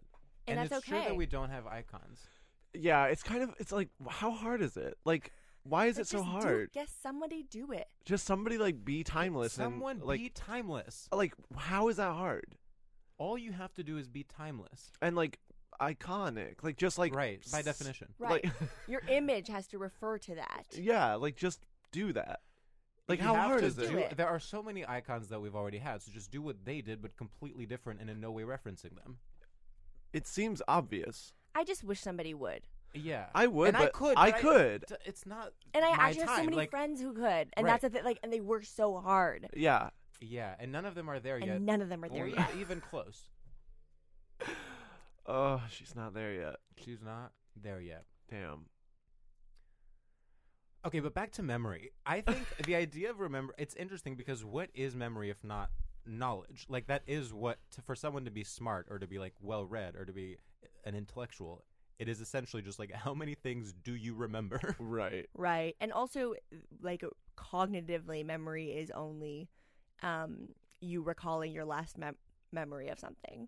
[SPEAKER 5] And
[SPEAKER 6] it's
[SPEAKER 5] that's
[SPEAKER 6] true
[SPEAKER 5] okay.
[SPEAKER 6] that we don't have icons.
[SPEAKER 7] Yeah, it's kind of it's like how hard is it? Like why is
[SPEAKER 5] But
[SPEAKER 7] it so
[SPEAKER 5] just do-
[SPEAKER 7] hard?
[SPEAKER 5] Guess somebody do it.
[SPEAKER 7] Just somebody like be timeless
[SPEAKER 6] Someone
[SPEAKER 7] and like
[SPEAKER 6] be timeless.
[SPEAKER 7] like how is that hard?
[SPEAKER 6] All you have to do is be timeless.
[SPEAKER 7] And like iconic. Like just like
[SPEAKER 6] right, by
[SPEAKER 7] s-
[SPEAKER 6] definition.
[SPEAKER 5] Right.
[SPEAKER 7] Like-
[SPEAKER 5] Your image has to refer to that.
[SPEAKER 7] Yeah, like just do that. Like
[SPEAKER 6] You
[SPEAKER 7] how
[SPEAKER 6] have
[SPEAKER 7] hard
[SPEAKER 6] to
[SPEAKER 7] is
[SPEAKER 6] do-
[SPEAKER 7] it?
[SPEAKER 6] There are so many icons that we've already had, so just do what they did, but completely different and in no way referencing them.
[SPEAKER 7] It seems obvious.
[SPEAKER 5] I just wish somebody would.
[SPEAKER 6] Yeah,
[SPEAKER 7] I would,
[SPEAKER 6] And I
[SPEAKER 7] but
[SPEAKER 6] could.
[SPEAKER 7] I
[SPEAKER 6] but
[SPEAKER 7] could.
[SPEAKER 6] d- it's not.
[SPEAKER 5] And I
[SPEAKER 6] my
[SPEAKER 5] actually have so
[SPEAKER 6] time,
[SPEAKER 5] many
[SPEAKER 6] like-
[SPEAKER 5] friends who could.
[SPEAKER 6] Right.
[SPEAKER 5] And that's the thing. Like, and they work so hard.
[SPEAKER 7] Yeah.
[SPEAKER 6] Yeah, and none of them are there
[SPEAKER 5] And
[SPEAKER 6] yet.
[SPEAKER 5] none of them are there
[SPEAKER 6] or
[SPEAKER 5] yet.
[SPEAKER 6] e- Even close.
[SPEAKER 7] Oh, she's not there yet.
[SPEAKER 6] She's not there yet.
[SPEAKER 7] Damn.
[SPEAKER 6] Okay, but back to memory. I think the idea of remember it's interesting because what is memory if not knowledge? Like that is what to, for someone to be smart or to be like well read or to be an intellectual. It is essentially just like how many things do you remember?
[SPEAKER 7] Right.
[SPEAKER 5] Right. And also, like, cognitively, memory is only um, you recalling your last mem- memory of something.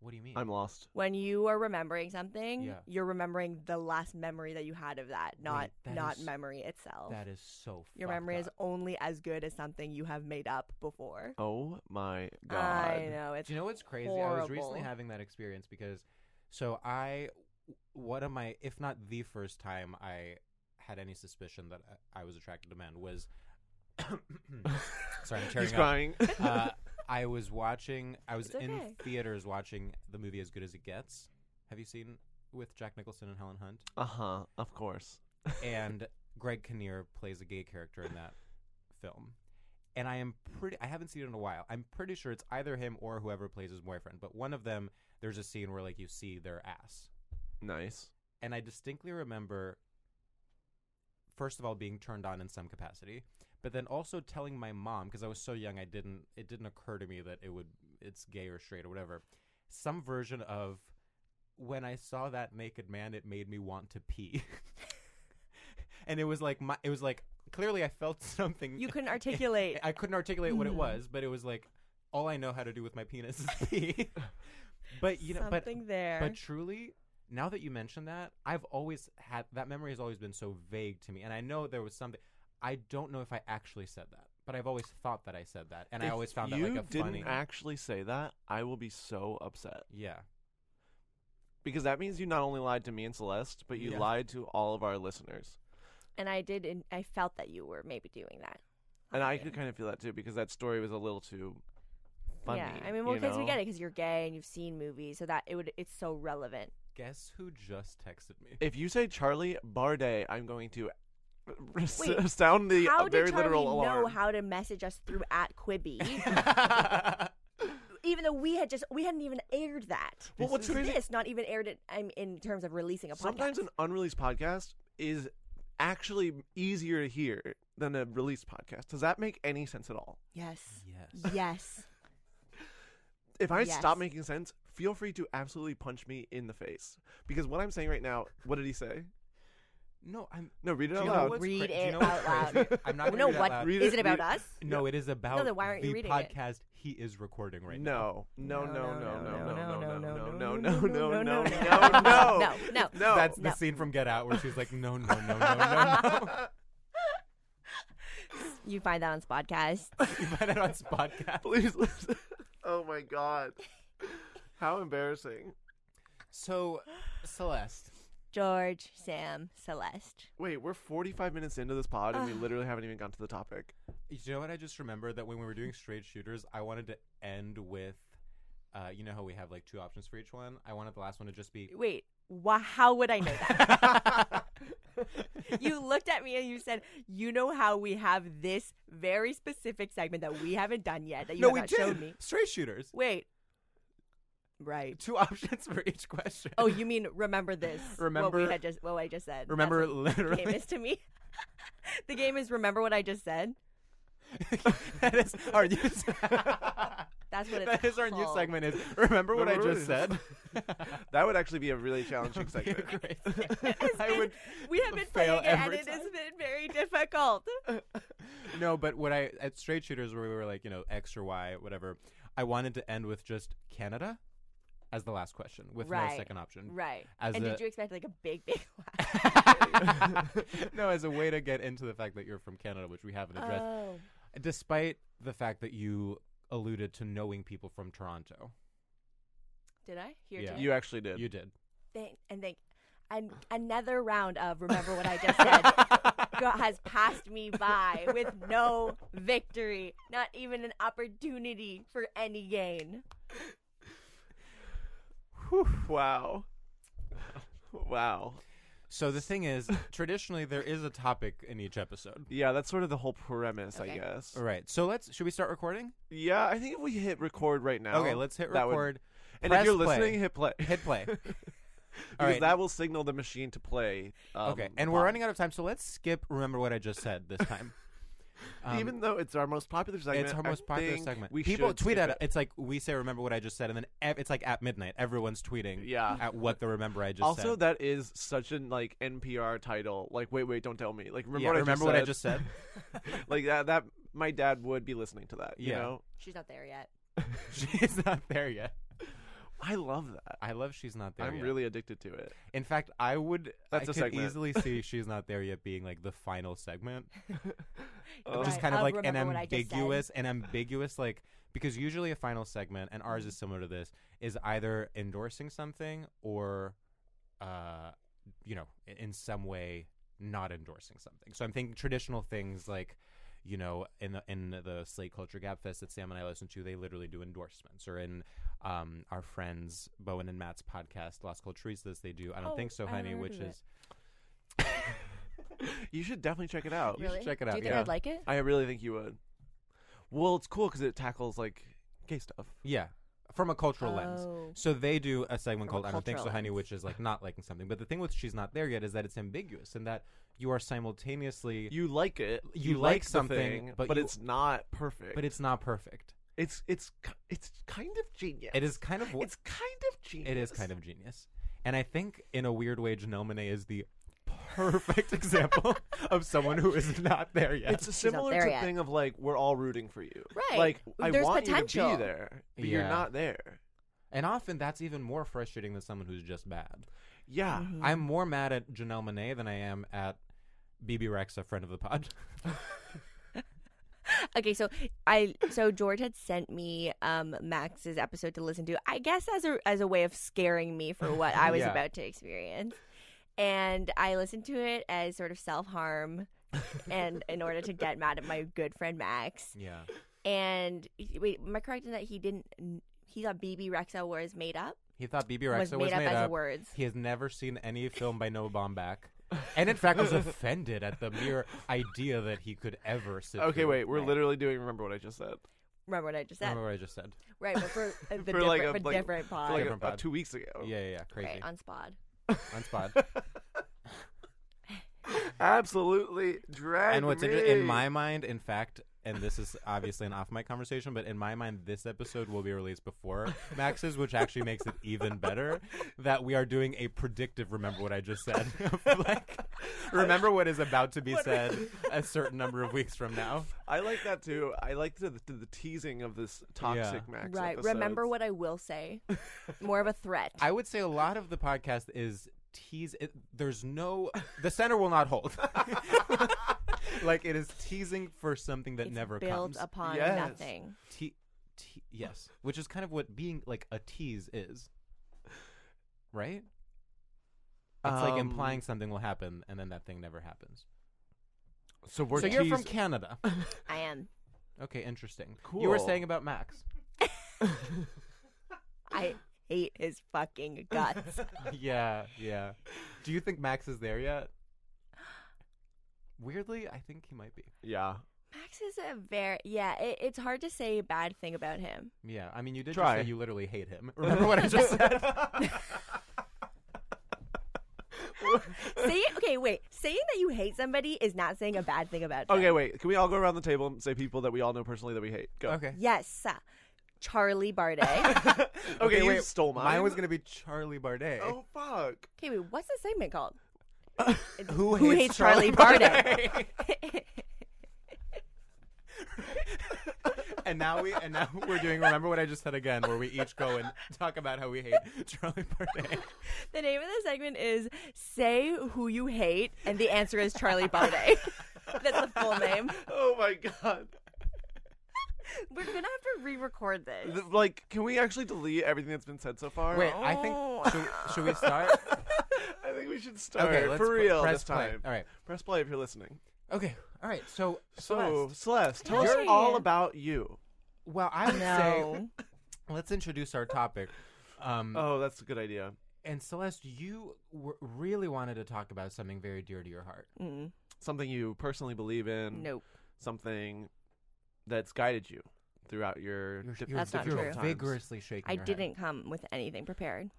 [SPEAKER 6] What do you mean?
[SPEAKER 7] I'm lost.
[SPEAKER 5] When you are remembering something,
[SPEAKER 6] Yeah.
[SPEAKER 5] you're remembering the last memory that you had of that, not
[SPEAKER 6] that
[SPEAKER 5] not
[SPEAKER 6] is-
[SPEAKER 5] memory itself.
[SPEAKER 6] that is so.
[SPEAKER 5] Your
[SPEAKER 6] fucked
[SPEAKER 5] memory is
[SPEAKER 6] up.
[SPEAKER 5] only as good as something you have made up before.
[SPEAKER 7] Oh my god.
[SPEAKER 5] I know it's
[SPEAKER 6] Do you know what's crazy? I was recently
[SPEAKER 5] horrible.
[SPEAKER 6] having that experience because, so I, one of my, if not the first time I had any suspicion that I, I was attracted to men was, Hmm. sorry, I'm tearing
[SPEAKER 7] He's
[SPEAKER 6] up.
[SPEAKER 7] crying.
[SPEAKER 6] Uh, I was watching. I was
[SPEAKER 5] It's
[SPEAKER 6] in
[SPEAKER 5] okay.
[SPEAKER 6] theaters watching the movie As Good as It Gets. Have you seen with Jack Nicholson and Helen Hunt?
[SPEAKER 7] Uh huh. Of course.
[SPEAKER 6] and Greg Kinnear plays a gay character in that film. And I am pretty I haven't seen it in a while. I'm pretty sure it's either him or whoever plays his boyfriend, but one of them there's a scene where like you see their ass.
[SPEAKER 7] Nice.
[SPEAKER 6] And I distinctly remember first of all being turned on in some capacity, but then also telling my mom because I was so young I didn't it didn't occur to me that it would it's gay or straight or whatever. Some version of when I saw that naked man it made me want to pee. and it was like my it was like clearly I felt something
[SPEAKER 5] You couldn't articulate. Mm-hmm.
[SPEAKER 6] I couldn't articulate what it was, but it was like all I know how to do with my penis is pee. but you know
[SPEAKER 5] something
[SPEAKER 6] but
[SPEAKER 5] there.
[SPEAKER 6] but truly, now that you mention that, I've always had that memory has always been so vague to me, and I know there was something. I don't know if I actually said that, but I've always thought that I said that, and I
[SPEAKER 7] If
[SPEAKER 6] always found that
[SPEAKER 7] you
[SPEAKER 6] like a
[SPEAKER 7] didn't
[SPEAKER 6] funny.
[SPEAKER 7] actually say that, I will be so upset
[SPEAKER 6] yeah,
[SPEAKER 7] because that means you not only lied to me and Celeste, but you
[SPEAKER 6] Yeah.
[SPEAKER 7] lied to all of our listeners.
[SPEAKER 5] and I did. And I felt that you were maybe doing that.
[SPEAKER 7] And I could kind of feel that too because that story was a little too funny.
[SPEAKER 5] yeah, I mean,
[SPEAKER 7] you
[SPEAKER 5] well, because we
[SPEAKER 7] know?
[SPEAKER 5] get it, because you're gay and you've seen movies, so that it would. It's so relevant.
[SPEAKER 6] guess who just texted me?
[SPEAKER 7] If you say Charlie Barday, I'm going to s-
[SPEAKER 5] Wait,
[SPEAKER 7] sound the
[SPEAKER 5] how
[SPEAKER 7] uh, very
[SPEAKER 5] did Charlie
[SPEAKER 7] literal
[SPEAKER 5] know
[SPEAKER 7] alarm.
[SPEAKER 5] how to message us through at Quibi? even though we had just we hadn't even aired that.
[SPEAKER 7] Well, what's
[SPEAKER 5] To
[SPEAKER 7] crazy-
[SPEAKER 5] This not even aired it. I'm in terms of releasing a podcast.
[SPEAKER 7] Sometimes an unreleased podcast is actually easier to hear than a released podcast. Does that make any sense at all?
[SPEAKER 5] yes,
[SPEAKER 6] yes.
[SPEAKER 5] yes.
[SPEAKER 7] If I
[SPEAKER 5] Yes.
[SPEAKER 7] stop making sense, feel free to absolutely punch me in the face because what I'm saying right now, what did he say?
[SPEAKER 6] No, I'm.
[SPEAKER 7] No, read it
[SPEAKER 6] Do
[SPEAKER 7] out
[SPEAKER 6] you know
[SPEAKER 7] loud.
[SPEAKER 6] what's
[SPEAKER 5] Read
[SPEAKER 6] cra- do you
[SPEAKER 5] it
[SPEAKER 6] know what's
[SPEAKER 5] out
[SPEAKER 6] crazy?
[SPEAKER 5] loud.
[SPEAKER 6] I'm not.
[SPEAKER 5] You
[SPEAKER 6] gonna
[SPEAKER 5] know
[SPEAKER 6] read it out
[SPEAKER 5] what?
[SPEAKER 6] loud.
[SPEAKER 7] Read
[SPEAKER 5] Is
[SPEAKER 7] it-
[SPEAKER 5] it about
[SPEAKER 7] read-
[SPEAKER 5] us?
[SPEAKER 6] No, it is about
[SPEAKER 5] then why aren't
[SPEAKER 6] the
[SPEAKER 5] you reading it?
[SPEAKER 6] podcast he is recording right now.
[SPEAKER 7] No, no, no, no, no, no, no, no, no, no, no, no, no, no, no,
[SPEAKER 5] no,
[SPEAKER 7] no,
[SPEAKER 5] no, no.
[SPEAKER 6] That's
[SPEAKER 5] No.
[SPEAKER 6] the scene from Get Out where she's like, no, no, no, no, no, no.
[SPEAKER 5] You find that on Spotcast.
[SPEAKER 6] you find it on Spotcast.
[SPEAKER 7] Please listen. Oh my god. How embarrassing.
[SPEAKER 6] So, Celeste.
[SPEAKER 5] George, Sam, Celeste.
[SPEAKER 7] Wait, we're 45 minutes into this pod and we literally haven't even gotten to the topic.
[SPEAKER 6] Ah. You know what? I just remembered that when we were doing straight shooters, I wanted to end with, uh, you know how we have like two options for each one. I wanted the last one to just be.
[SPEAKER 5] Wait, wha- how would I know that? you looked at me and you said, "You know how we have this very specific segment that we haven't done yet that you
[SPEAKER 6] no,
[SPEAKER 5] have
[SPEAKER 6] we
[SPEAKER 5] not
[SPEAKER 6] did.
[SPEAKER 5] shown me."
[SPEAKER 6] Straight shooters.
[SPEAKER 5] Wait, right?
[SPEAKER 6] Two options for each question.
[SPEAKER 5] Oh, you mean remember this? what
[SPEAKER 6] Remember-
[SPEAKER 5] we had just what I just said. That's
[SPEAKER 6] Remember
[SPEAKER 5] what The game
[SPEAKER 6] literally-
[SPEAKER 5] is to me. the game is remember what I just said.
[SPEAKER 6] that is our new. se-
[SPEAKER 5] That's what it's
[SPEAKER 6] that is our new
[SPEAKER 5] called.
[SPEAKER 6] segment. Is remember what I
[SPEAKER 7] Remember
[SPEAKER 6] just
[SPEAKER 7] what
[SPEAKER 6] said?
[SPEAKER 7] That would actually be a really challenging
[SPEAKER 6] Be a
[SPEAKER 7] segment.
[SPEAKER 6] great-
[SPEAKER 5] It's
[SPEAKER 6] I
[SPEAKER 5] been-
[SPEAKER 6] would.
[SPEAKER 5] We have been playing
[SPEAKER 6] fail
[SPEAKER 5] it, and
[SPEAKER 6] every
[SPEAKER 5] it
[SPEAKER 6] time.
[SPEAKER 5] has been very difficult.
[SPEAKER 6] No, but what I at straight shooters where we were like you know X or Y whatever, I wanted to end with just Canada as the last question with no
[SPEAKER 5] Right.
[SPEAKER 6] second option.
[SPEAKER 5] Right.
[SPEAKER 6] As
[SPEAKER 5] and
[SPEAKER 6] a-
[SPEAKER 5] did you expect like a big, big laugh?
[SPEAKER 6] no, as a way to get into the fact that you're from Canada, which we haven't addressed,
[SPEAKER 5] Oh.
[SPEAKER 6] despite the fact that you alluded to knowing people from Toronto.
[SPEAKER 5] Did I? Here
[SPEAKER 6] Yeah.
[SPEAKER 5] did.
[SPEAKER 7] You actually did.
[SPEAKER 6] You did.
[SPEAKER 5] Thank, and thank. And another round of remember what I just said go- has passed me by with no victory, not even an opportunity for any gain.
[SPEAKER 7] Wow. Wow.
[SPEAKER 6] So the thing is, traditionally there is a topic in each episode.
[SPEAKER 7] Yeah, that's sort of the whole premise, I
[SPEAKER 5] Okay.
[SPEAKER 7] guess.
[SPEAKER 6] All right. So let's should we start recording?
[SPEAKER 7] Yeah, I think if we hit record right now.
[SPEAKER 6] okay, let's hit
[SPEAKER 7] that would-
[SPEAKER 6] record.
[SPEAKER 7] and
[SPEAKER 6] Press
[SPEAKER 7] if you're
[SPEAKER 6] play.
[SPEAKER 7] listening, hit play.
[SPEAKER 6] hit play.
[SPEAKER 7] because
[SPEAKER 6] right.
[SPEAKER 7] that will signal the machine to play. Um,
[SPEAKER 6] okay,
[SPEAKER 7] the
[SPEAKER 6] and we're
[SPEAKER 7] pod.
[SPEAKER 6] running out of time, so let's skip. Remember what I just said this time. Um,
[SPEAKER 7] Even though it's our most popular segment,
[SPEAKER 6] it's our
[SPEAKER 7] I
[SPEAKER 6] most popular
[SPEAKER 7] think
[SPEAKER 6] segment.
[SPEAKER 7] We
[SPEAKER 6] People
[SPEAKER 7] should
[SPEAKER 6] tweet
[SPEAKER 7] skip
[SPEAKER 6] at
[SPEAKER 7] it.
[SPEAKER 6] It's like we say, "Remember what I just said," and then ev- it's like at midnight, everyone's tweeting.
[SPEAKER 7] Yeah.
[SPEAKER 6] At what the remember I just
[SPEAKER 7] Also,
[SPEAKER 6] said.
[SPEAKER 7] that is such an like NPR title. Like, wait, wait, don't tell me. Like, remember
[SPEAKER 6] Yeah,
[SPEAKER 7] what
[SPEAKER 6] remember what
[SPEAKER 7] I
[SPEAKER 6] I
[SPEAKER 7] just
[SPEAKER 6] just
[SPEAKER 7] said?
[SPEAKER 6] said.
[SPEAKER 7] like that. That my dad would be listening to that. You
[SPEAKER 6] Yeah.
[SPEAKER 7] know,
[SPEAKER 5] She's not there yet.
[SPEAKER 6] She's not there yet.
[SPEAKER 7] I love that.
[SPEAKER 6] I love she's not there.
[SPEAKER 7] I'm
[SPEAKER 6] yet.
[SPEAKER 7] really addicted to it.
[SPEAKER 6] In fact, I would.
[SPEAKER 7] That's
[SPEAKER 6] I
[SPEAKER 7] a
[SPEAKER 6] could
[SPEAKER 7] segment.
[SPEAKER 6] easily see she's not there yet being like the final segment, which is
[SPEAKER 5] Right,
[SPEAKER 6] kind of
[SPEAKER 5] of
[SPEAKER 6] like an
[SPEAKER 5] remember what I just said.
[SPEAKER 6] ambiguous, an ambiguous like because usually a final segment and ours
[SPEAKER 5] Mm-hmm.
[SPEAKER 6] is similar to this is either endorsing something or, uh, you know, i- in some way not endorsing something. So I'm thinking traditional things like. You know, in the in the Slate Culture Gap Fest that Sam and I listen to, they literally do endorsements. Or in um, our friends Bowen and Matt's podcast, Las Culturistas, they do. I don't
[SPEAKER 5] Oh,
[SPEAKER 6] think so,
[SPEAKER 5] I
[SPEAKER 6] honey,
[SPEAKER 5] heard
[SPEAKER 6] which
[SPEAKER 5] of it.
[SPEAKER 6] is
[SPEAKER 7] You should definitely check it out.
[SPEAKER 6] You should check it
[SPEAKER 5] Do
[SPEAKER 6] out,
[SPEAKER 5] you think
[SPEAKER 6] yeah.
[SPEAKER 5] I'd like it?
[SPEAKER 7] I really think you would. Well, it's cool because it tackles like gay stuff.
[SPEAKER 6] Yeah, from a cultural
[SPEAKER 5] Oh.
[SPEAKER 6] lens. So they do a segment
[SPEAKER 5] From a
[SPEAKER 6] called "I Don't Think So,
[SPEAKER 5] cultural
[SPEAKER 6] Honey,"
[SPEAKER 5] lens.
[SPEAKER 6] which is like not liking something. But the thing with "She's Not There Yet" is that it's ambiguous and that you are simultaneously,
[SPEAKER 7] You like it.
[SPEAKER 6] You
[SPEAKER 7] like,
[SPEAKER 6] like
[SPEAKER 7] the
[SPEAKER 6] something,
[SPEAKER 7] thing,
[SPEAKER 6] but
[SPEAKER 7] but,
[SPEAKER 6] you-
[SPEAKER 7] it's not perfect.
[SPEAKER 6] but it's not perfect.
[SPEAKER 7] it's it's ki- it's kind of genius.
[SPEAKER 6] It is kind of wh-
[SPEAKER 7] It's kind of genius.
[SPEAKER 6] It is kind of genius, and I think in a weird way, Janelle Monae is the perfect example of someone who is not there yet.
[SPEAKER 7] It's
[SPEAKER 5] not
[SPEAKER 7] similar
[SPEAKER 5] there
[SPEAKER 7] to
[SPEAKER 5] yet.
[SPEAKER 7] thing of like we're all rooting for you.
[SPEAKER 5] Right.
[SPEAKER 7] Like I
[SPEAKER 5] There's
[SPEAKER 7] want you
[SPEAKER 5] potential.
[SPEAKER 7] to be there, but you're
[SPEAKER 6] Yeah.
[SPEAKER 7] not there.
[SPEAKER 6] and often that's even more frustrating than someone who's just bad.
[SPEAKER 7] Yeah.
[SPEAKER 5] Mm-hmm.
[SPEAKER 6] I'm more mad at Janelle Monae than I am at BB Rex, a friend of the pod.
[SPEAKER 5] Okay, so I so George had sent me um Max's episode to listen to. I guess as a as a way of scaring me for what I was
[SPEAKER 6] Yeah.
[SPEAKER 5] about to experience. And I listened to it as sort of self-harm and in order to get mad at my good friend Max.
[SPEAKER 6] yeah.
[SPEAKER 5] And wait, am I correct in that he didn't he thought BB Rexa was made up?
[SPEAKER 6] He thought BB Rexa
[SPEAKER 5] Was
[SPEAKER 6] was
[SPEAKER 5] made up as a words.
[SPEAKER 6] He has never seen any film by Noah Baumbach, and in fact was offended at the mere idea that he could ever sit.
[SPEAKER 7] Okay,
[SPEAKER 6] through-
[SPEAKER 7] wait. We're
[SPEAKER 5] Right.
[SPEAKER 7] literally doing. Remember what I just said? Uh-huh.
[SPEAKER 5] Remember what I just said?
[SPEAKER 6] Remember what I just said?
[SPEAKER 5] Right, but for uh, the
[SPEAKER 7] For like
[SPEAKER 5] different,
[SPEAKER 7] a-
[SPEAKER 5] for
[SPEAKER 7] like-
[SPEAKER 5] different pod.
[SPEAKER 7] For like
[SPEAKER 6] Different
[SPEAKER 7] a- a
[SPEAKER 6] pod.
[SPEAKER 7] two weeks ago.
[SPEAKER 6] Yeah, yeah, yeah. crazy.
[SPEAKER 5] right, on Spod.
[SPEAKER 6] on spot.
[SPEAKER 7] Absolutely drag
[SPEAKER 6] and what's
[SPEAKER 7] me.
[SPEAKER 6] inter- in my mind, in fact, and this is obviously an off mic conversation, but in my mind, this episode will be released before Max's, which actually makes it even better that we are doing a predictive. Remember what I just said? like, remember what is about to be said a certain number of weeks from now.
[SPEAKER 7] I like that too. I like the, the, the teasing of this toxic
[SPEAKER 6] Yeah.
[SPEAKER 7] Max.
[SPEAKER 5] Right.
[SPEAKER 7] episodes.
[SPEAKER 5] Remember what I will say. More of a threat.
[SPEAKER 6] I would say a lot of the podcast is tease. It, there's no the center will not hold. like it is teasing for something that
[SPEAKER 5] it's
[SPEAKER 6] never
[SPEAKER 5] built
[SPEAKER 6] comes.
[SPEAKER 5] upon
[SPEAKER 7] Yes.
[SPEAKER 5] nothing.
[SPEAKER 6] Te- te- yes, which is kind of what being like a tease is, right? It's like
[SPEAKER 3] Um,
[SPEAKER 6] implying something will happen, and then that thing never happens.
[SPEAKER 3] So we're
[SPEAKER 6] so you're from
[SPEAKER 3] teased-
[SPEAKER 6] Canada.
[SPEAKER 5] I am.
[SPEAKER 6] Okay, interesting. You were
[SPEAKER 3] Cool.
[SPEAKER 6] saying about Max.
[SPEAKER 5] I hate his fucking guts.
[SPEAKER 6] yeah, yeah. Do you think Max is there yet? Weirdly, I think he might be.
[SPEAKER 3] Yeah.
[SPEAKER 5] Max is a very yeah. It, it's hard to say a bad thing about him.
[SPEAKER 6] Yeah, I mean, you did
[SPEAKER 3] Try.
[SPEAKER 6] just say you literally hate him. Remember what I just said?
[SPEAKER 5] Say okay, wait. Saying that you hate somebody is not saying a bad thing about them.
[SPEAKER 3] Okay, wait. Can we all go around the table and say people that we all know personally that we hate? Go.
[SPEAKER 6] okay.
[SPEAKER 5] Yes, uh, Charlie Bardet.
[SPEAKER 3] okay, you stole mine.
[SPEAKER 6] Mine was gonna be Charlie Bardet.
[SPEAKER 3] Oh fuck.
[SPEAKER 5] okay, wait. What's the segment called? It's
[SPEAKER 6] Who
[SPEAKER 5] hates,
[SPEAKER 6] hates
[SPEAKER 5] Charlie,
[SPEAKER 6] Charlie
[SPEAKER 5] Bardet?
[SPEAKER 6] and now we and now we're doing. Remember what I just said again, where we each go and talk about how we hate Charlie Bardet.
[SPEAKER 5] the name of the segment is "Say Who You Hate," and the answer is Charlie Bardet. That's the full name.
[SPEAKER 3] Oh my god.
[SPEAKER 5] We're gonna have to re-record this.
[SPEAKER 3] Th- Like, can we actually delete everything that's been said so far?
[SPEAKER 6] Wait, I
[SPEAKER 5] Oh.
[SPEAKER 6] think should, should we start?
[SPEAKER 3] I think we should start
[SPEAKER 6] Okay, let's
[SPEAKER 3] for
[SPEAKER 6] pr-
[SPEAKER 3] real
[SPEAKER 6] press
[SPEAKER 3] this
[SPEAKER 6] play.
[SPEAKER 3] time.
[SPEAKER 6] All right.
[SPEAKER 3] press play if you're listening.
[SPEAKER 6] Okay, all right. So
[SPEAKER 3] So,
[SPEAKER 6] Celeste,
[SPEAKER 3] Celeste, tell us
[SPEAKER 5] Hey.
[SPEAKER 3] all about you.
[SPEAKER 6] well, I would
[SPEAKER 5] No.
[SPEAKER 6] say let's introduce our topic. Um,
[SPEAKER 3] Oh, that's a good idea.
[SPEAKER 6] and Celeste, you w- really wanted to talk about something very dear to your heart.
[SPEAKER 5] Mm,
[SPEAKER 3] Something you personally believe in.
[SPEAKER 5] nope.
[SPEAKER 3] Something that's guided you throughout your,
[SPEAKER 6] You're,
[SPEAKER 3] dif-
[SPEAKER 6] you're,
[SPEAKER 5] That's not
[SPEAKER 6] you're
[SPEAKER 3] difficult
[SPEAKER 5] true.
[SPEAKER 3] times.
[SPEAKER 6] vigorously shaking.
[SPEAKER 5] I
[SPEAKER 6] your head.
[SPEAKER 5] didn't come with anything prepared.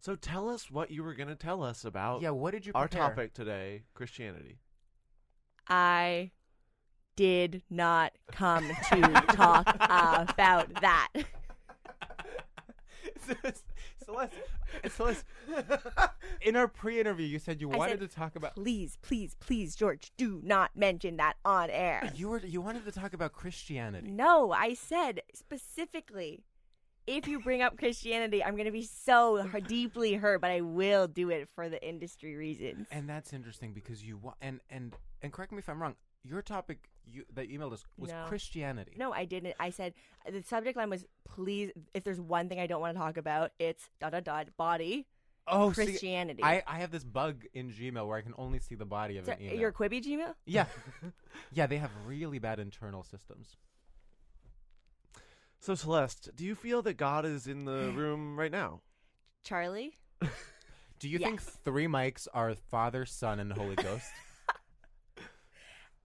[SPEAKER 3] So tell us what you were going to tell us about
[SPEAKER 6] Yeah, what did you?
[SPEAKER 3] our
[SPEAKER 6] prepare?
[SPEAKER 3] topic today, Christianity.
[SPEAKER 5] I did not come to talk about that.
[SPEAKER 6] Celeste, Celeste, in our pre-interview, you said you
[SPEAKER 5] I
[SPEAKER 6] wanted
[SPEAKER 5] said,
[SPEAKER 6] to talk about
[SPEAKER 5] Please, please, please, George, do not mention that on air.
[SPEAKER 6] you were you wanted to talk about Christianity.
[SPEAKER 5] No, I said specifically, if you bring up Christianity, I'm going to be so h- deeply hurt, but I will do it for the industry reasons.
[SPEAKER 6] And that's interesting because you wa- and and and correct me if I'm wrong. Your topic you that you emailed us was
[SPEAKER 5] No.
[SPEAKER 6] Christianity.
[SPEAKER 5] No, I didn't. I said the subject line was please. If there's one thing I don't want to talk about, it's dot dot dot body.
[SPEAKER 6] oh, see,
[SPEAKER 5] Christianity.
[SPEAKER 6] I I have this bug in Gmail where I can only see the body of
[SPEAKER 5] So,
[SPEAKER 6] an email.
[SPEAKER 5] your Quibi Gmail?
[SPEAKER 6] yeah, yeah, they have really bad internal systems.
[SPEAKER 3] So Celeste, do you feel that God is in the room right now?
[SPEAKER 5] Charlie?
[SPEAKER 6] Do you think
[SPEAKER 5] Yes.
[SPEAKER 6] three mics are Father, Son, and Holy Ghost?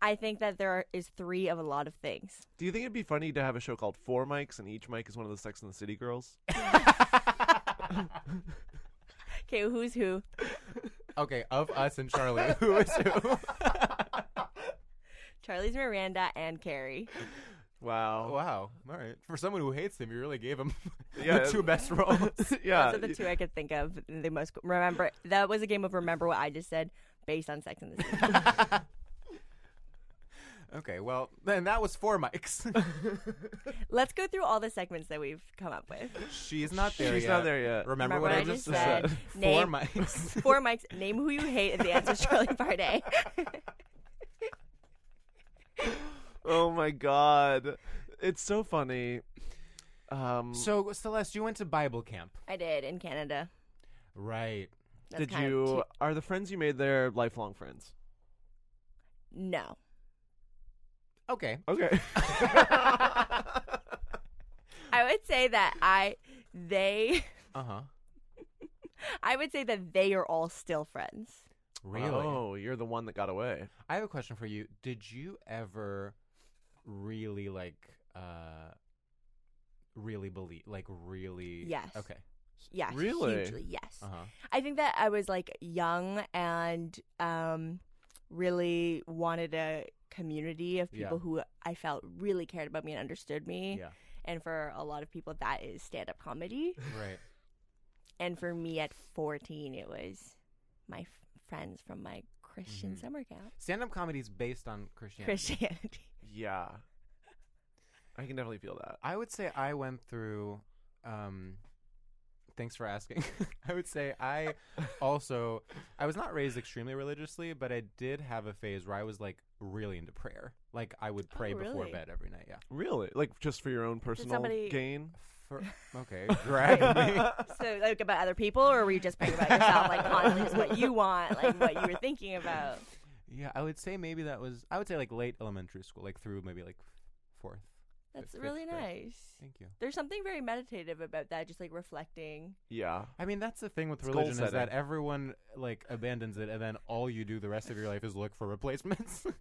[SPEAKER 5] I think that there are, is three of a lot of things.
[SPEAKER 3] Do you think it'd be funny to have a show called Four Mics and each mic is one of the Sex and the City girls?
[SPEAKER 5] Okay, who's who?
[SPEAKER 6] okay, of us and Charlie, who is who?
[SPEAKER 5] Charlie's Miranda and Carrie.
[SPEAKER 3] Wow.
[SPEAKER 6] Wow. All right. For someone who hates him, you really gave him
[SPEAKER 3] Yeah.
[SPEAKER 6] the two best roles.
[SPEAKER 3] yeah.
[SPEAKER 5] Those are the two I could think of. The most remember that was a game of remember what I just said based on Sex and the City.
[SPEAKER 6] okay, well, then that was four mics.
[SPEAKER 5] Let's go through all the segments that we've come up with.
[SPEAKER 6] She's not there
[SPEAKER 3] She's
[SPEAKER 6] yet.
[SPEAKER 3] not there yet.
[SPEAKER 6] Remember, what I just said? Four
[SPEAKER 5] Name-
[SPEAKER 6] mics.
[SPEAKER 5] Four mics. Name who you hate, and the answer is Charlie Bardet.
[SPEAKER 3] Oh my god. It's so funny. Um
[SPEAKER 6] so, Celeste, you went to Bible camp.
[SPEAKER 5] I did in Canada.
[SPEAKER 6] Right.
[SPEAKER 5] That's
[SPEAKER 3] did
[SPEAKER 5] kind of
[SPEAKER 3] you
[SPEAKER 5] t-
[SPEAKER 3] are the friends you made there lifelong friends?
[SPEAKER 5] no.
[SPEAKER 6] Okay. Uh-huh.
[SPEAKER 3] Okay.
[SPEAKER 5] I would say that I they
[SPEAKER 6] Uh huh.
[SPEAKER 5] I would say that they are all still friends.
[SPEAKER 6] Really?
[SPEAKER 3] Oh, you're the one that got away.
[SPEAKER 6] I have a question for you. Did you ever really, like, uh, really believe? Like, really?
[SPEAKER 5] Yes.
[SPEAKER 6] Okay.
[SPEAKER 5] Yeah,
[SPEAKER 3] Really?
[SPEAKER 5] hugely, yes.
[SPEAKER 6] Uh huh.
[SPEAKER 5] I think that I was like young and um, really wanted a community of
[SPEAKER 6] Yeah.
[SPEAKER 5] people who I felt really cared about me and understood me.
[SPEAKER 6] Yeah.
[SPEAKER 5] And for a lot of people, that is stand up comedy.
[SPEAKER 6] Right.
[SPEAKER 5] and for me at 14, it was my f- friends from my Christian
[SPEAKER 3] Mm-hmm.
[SPEAKER 6] Mhm.
[SPEAKER 5] summer camp,
[SPEAKER 6] Stand up comedy is based on Christianity.
[SPEAKER 5] Christianity.
[SPEAKER 3] Yeah. I can definitely feel that.
[SPEAKER 6] I would say I went through um, Thanks for asking. I would say I also I was not raised extremely religiously, but I did have a phase where I was like really into prayer. Like I would pray before
[SPEAKER 5] Oh, really?
[SPEAKER 6] bed every night. Yeah.
[SPEAKER 7] Really? Like just for your own personal
[SPEAKER 5] somebody-
[SPEAKER 6] Mm.
[SPEAKER 7] gain?
[SPEAKER 6] For, okay. Drag me.
[SPEAKER 5] So, like about other people, or were you just praying about yourself, like constantly just what you want, like what you were thinking about?
[SPEAKER 6] Yeah, I would say maybe that was I would say like late elementary school, like through maybe like fourth.
[SPEAKER 5] That's
[SPEAKER 6] fifth
[SPEAKER 5] really
[SPEAKER 6] grade.
[SPEAKER 5] nice.
[SPEAKER 6] Thank you.
[SPEAKER 5] There's something very meditative about that, just like reflecting.
[SPEAKER 7] Yeah.
[SPEAKER 6] I mean, that's the thing with
[SPEAKER 7] It's goal
[SPEAKER 6] religion is that
[SPEAKER 7] setting.
[SPEAKER 6] everyone like abandons it, and then all you do the rest of your life is look for replacements
[SPEAKER 5] Uh,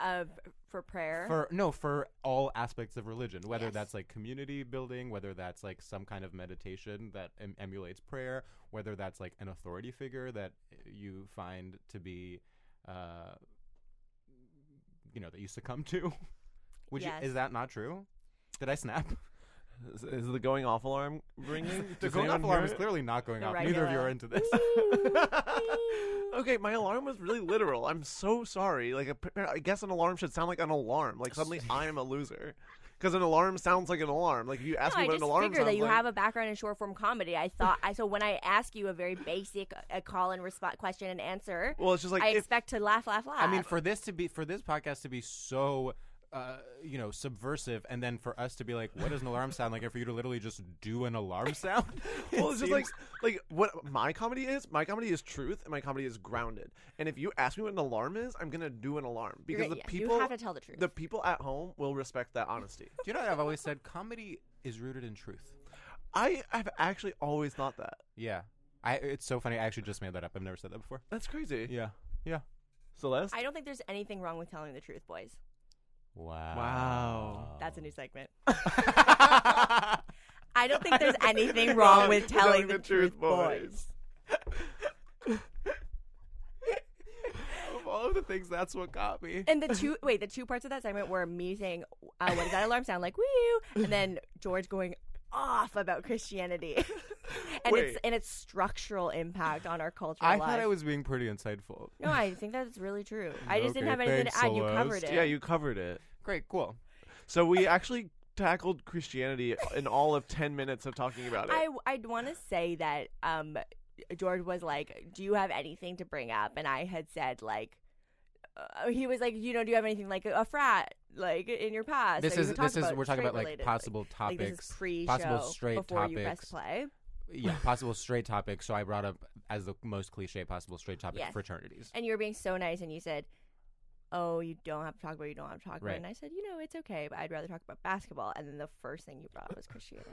[SPEAKER 5] Uh, for prayer.
[SPEAKER 6] for no for all aspects of religion, whether that's like community building, whether that's like some kind of meditation that em- emulates prayer, whether that's like an authority figure that eh, you find to be, uh, you know, that you succumb to. Would
[SPEAKER 5] Yes.
[SPEAKER 6] you? Is that not true? Did I snap?
[SPEAKER 7] Is, is the going off alarm ringing?
[SPEAKER 6] The
[SPEAKER 7] Does
[SPEAKER 6] going
[SPEAKER 7] anyone
[SPEAKER 6] off alarm
[SPEAKER 7] hear
[SPEAKER 6] is
[SPEAKER 7] it?
[SPEAKER 6] clearly not going
[SPEAKER 5] The
[SPEAKER 6] off. Neither of you
[SPEAKER 5] regular.
[SPEAKER 6] are into this.
[SPEAKER 7] okay, my alarm was really literal. I'm so sorry. Like, appa- I guess an alarm should sound like an alarm. Like, suddenly I'm a loser. Because an alarm sounds like an alarm. Like, if you ask
[SPEAKER 5] No,
[SPEAKER 7] me
[SPEAKER 5] I
[SPEAKER 7] what
[SPEAKER 5] just
[SPEAKER 7] an alarm
[SPEAKER 5] figured that
[SPEAKER 7] sounds
[SPEAKER 5] you
[SPEAKER 7] like-
[SPEAKER 5] have a background in short form comedy. I thought I so when I ask you a very basic a call and response question and answer,
[SPEAKER 7] Well, it's just like
[SPEAKER 5] I
[SPEAKER 7] if-
[SPEAKER 5] expect to laugh, laugh, laugh.
[SPEAKER 6] I mean, for this to be for this podcast to be so. Uh, you know, subversive, and then for us to be like, "What does an alarm sound like?" And for you to literally just do an alarm sound.
[SPEAKER 7] well, it's just like
[SPEAKER 6] seems-
[SPEAKER 7] like what my comedy is. My comedy is truth, and my comedy is grounded. And if you ask me what an alarm is, I'm gonna do an alarm because
[SPEAKER 5] gonna-
[SPEAKER 7] the
[SPEAKER 5] yeah, you
[SPEAKER 7] people
[SPEAKER 5] have to tell the truth.
[SPEAKER 7] The people at home will respect that honesty.
[SPEAKER 6] do you know what I've always said? Comedy is rooted in truth.
[SPEAKER 7] I have actually always thought that.
[SPEAKER 6] Yeah, I. It's so funny. I actually just made that up. I've never said that before.
[SPEAKER 7] That's crazy.
[SPEAKER 6] Yeah, yeah.
[SPEAKER 7] Celeste.
[SPEAKER 5] I don't think there's anything wrong with telling the truth, boys.
[SPEAKER 6] Wow.
[SPEAKER 7] Wow.
[SPEAKER 6] Oh.
[SPEAKER 5] That's a new segment. I don't think there's anything wrong with telling the, truth, boys.
[SPEAKER 6] of all of the things, that's what got me.
[SPEAKER 5] And the two wait, the two parts of that segment were me saying, uh, "What does that alarm sound like?" Woo, and then George going off about Christianity and
[SPEAKER 7] Wait.
[SPEAKER 5] its and its structural impact on our culture.
[SPEAKER 6] I thought I was being pretty insightful.
[SPEAKER 5] No, I think that's really true. I just
[SPEAKER 6] Okay,
[SPEAKER 5] didn't have anything
[SPEAKER 6] thanks,
[SPEAKER 5] to add. You
[SPEAKER 6] Celeste.
[SPEAKER 5] covered it.
[SPEAKER 7] Yeah, you covered it.
[SPEAKER 6] Great, cool.
[SPEAKER 7] So we actually tackled Christianity in all of ten minutes of talking about it.
[SPEAKER 5] I I'd want to say that um, George was like, "Do you have anything to bring up?" And I had said like. Uh, he was like, you know, do you have anything like a frat, like in your past?
[SPEAKER 6] This
[SPEAKER 5] that you
[SPEAKER 6] is-
[SPEAKER 5] can talk
[SPEAKER 6] this is-
[SPEAKER 5] about
[SPEAKER 6] we're talking about, like,
[SPEAKER 5] straight-related,
[SPEAKER 6] possible
[SPEAKER 5] like, this
[SPEAKER 6] topics,
[SPEAKER 5] is pre-show
[SPEAKER 6] possible straight
[SPEAKER 5] before you press
[SPEAKER 6] topics.
[SPEAKER 5] play.
[SPEAKER 6] Yeah, possible straight topic. So I brought up as the most cliche possible straight topic
[SPEAKER 5] Yes.
[SPEAKER 6] fraternities.
[SPEAKER 5] And you were being so nice, and you said, "Oh, you don't have to talk about it, you don't have to talk about."
[SPEAKER 6] Right.
[SPEAKER 5] it. And I said, "You know, it's okay, but I'd rather talk about basketball." And then the first thing you brought was Christianity.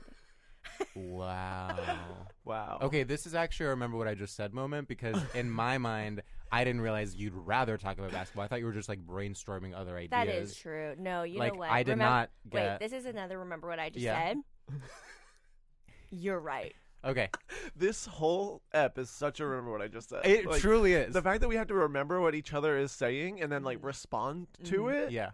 [SPEAKER 6] Wow.
[SPEAKER 7] wow.
[SPEAKER 6] Okay, this is actually a remember what I just said moment because in my mind, I didn't realize you'd rather talk about basketball. I thought you were just like brainstorming other ideas.
[SPEAKER 5] That is true. No, you
[SPEAKER 6] Like,
[SPEAKER 5] know what?
[SPEAKER 6] I did
[SPEAKER 5] Remem-
[SPEAKER 6] not get-
[SPEAKER 5] Wait, this is another. Remember what I just
[SPEAKER 6] Yeah.
[SPEAKER 5] said? You're right.
[SPEAKER 6] Okay,
[SPEAKER 7] This whole ep is such a remember what I just said.
[SPEAKER 6] it
[SPEAKER 7] Like,
[SPEAKER 6] truly is.
[SPEAKER 7] The fact that we have to remember what each other is saying and then like respond
[SPEAKER 5] Mm-hmm.
[SPEAKER 7] to it.
[SPEAKER 6] yeah.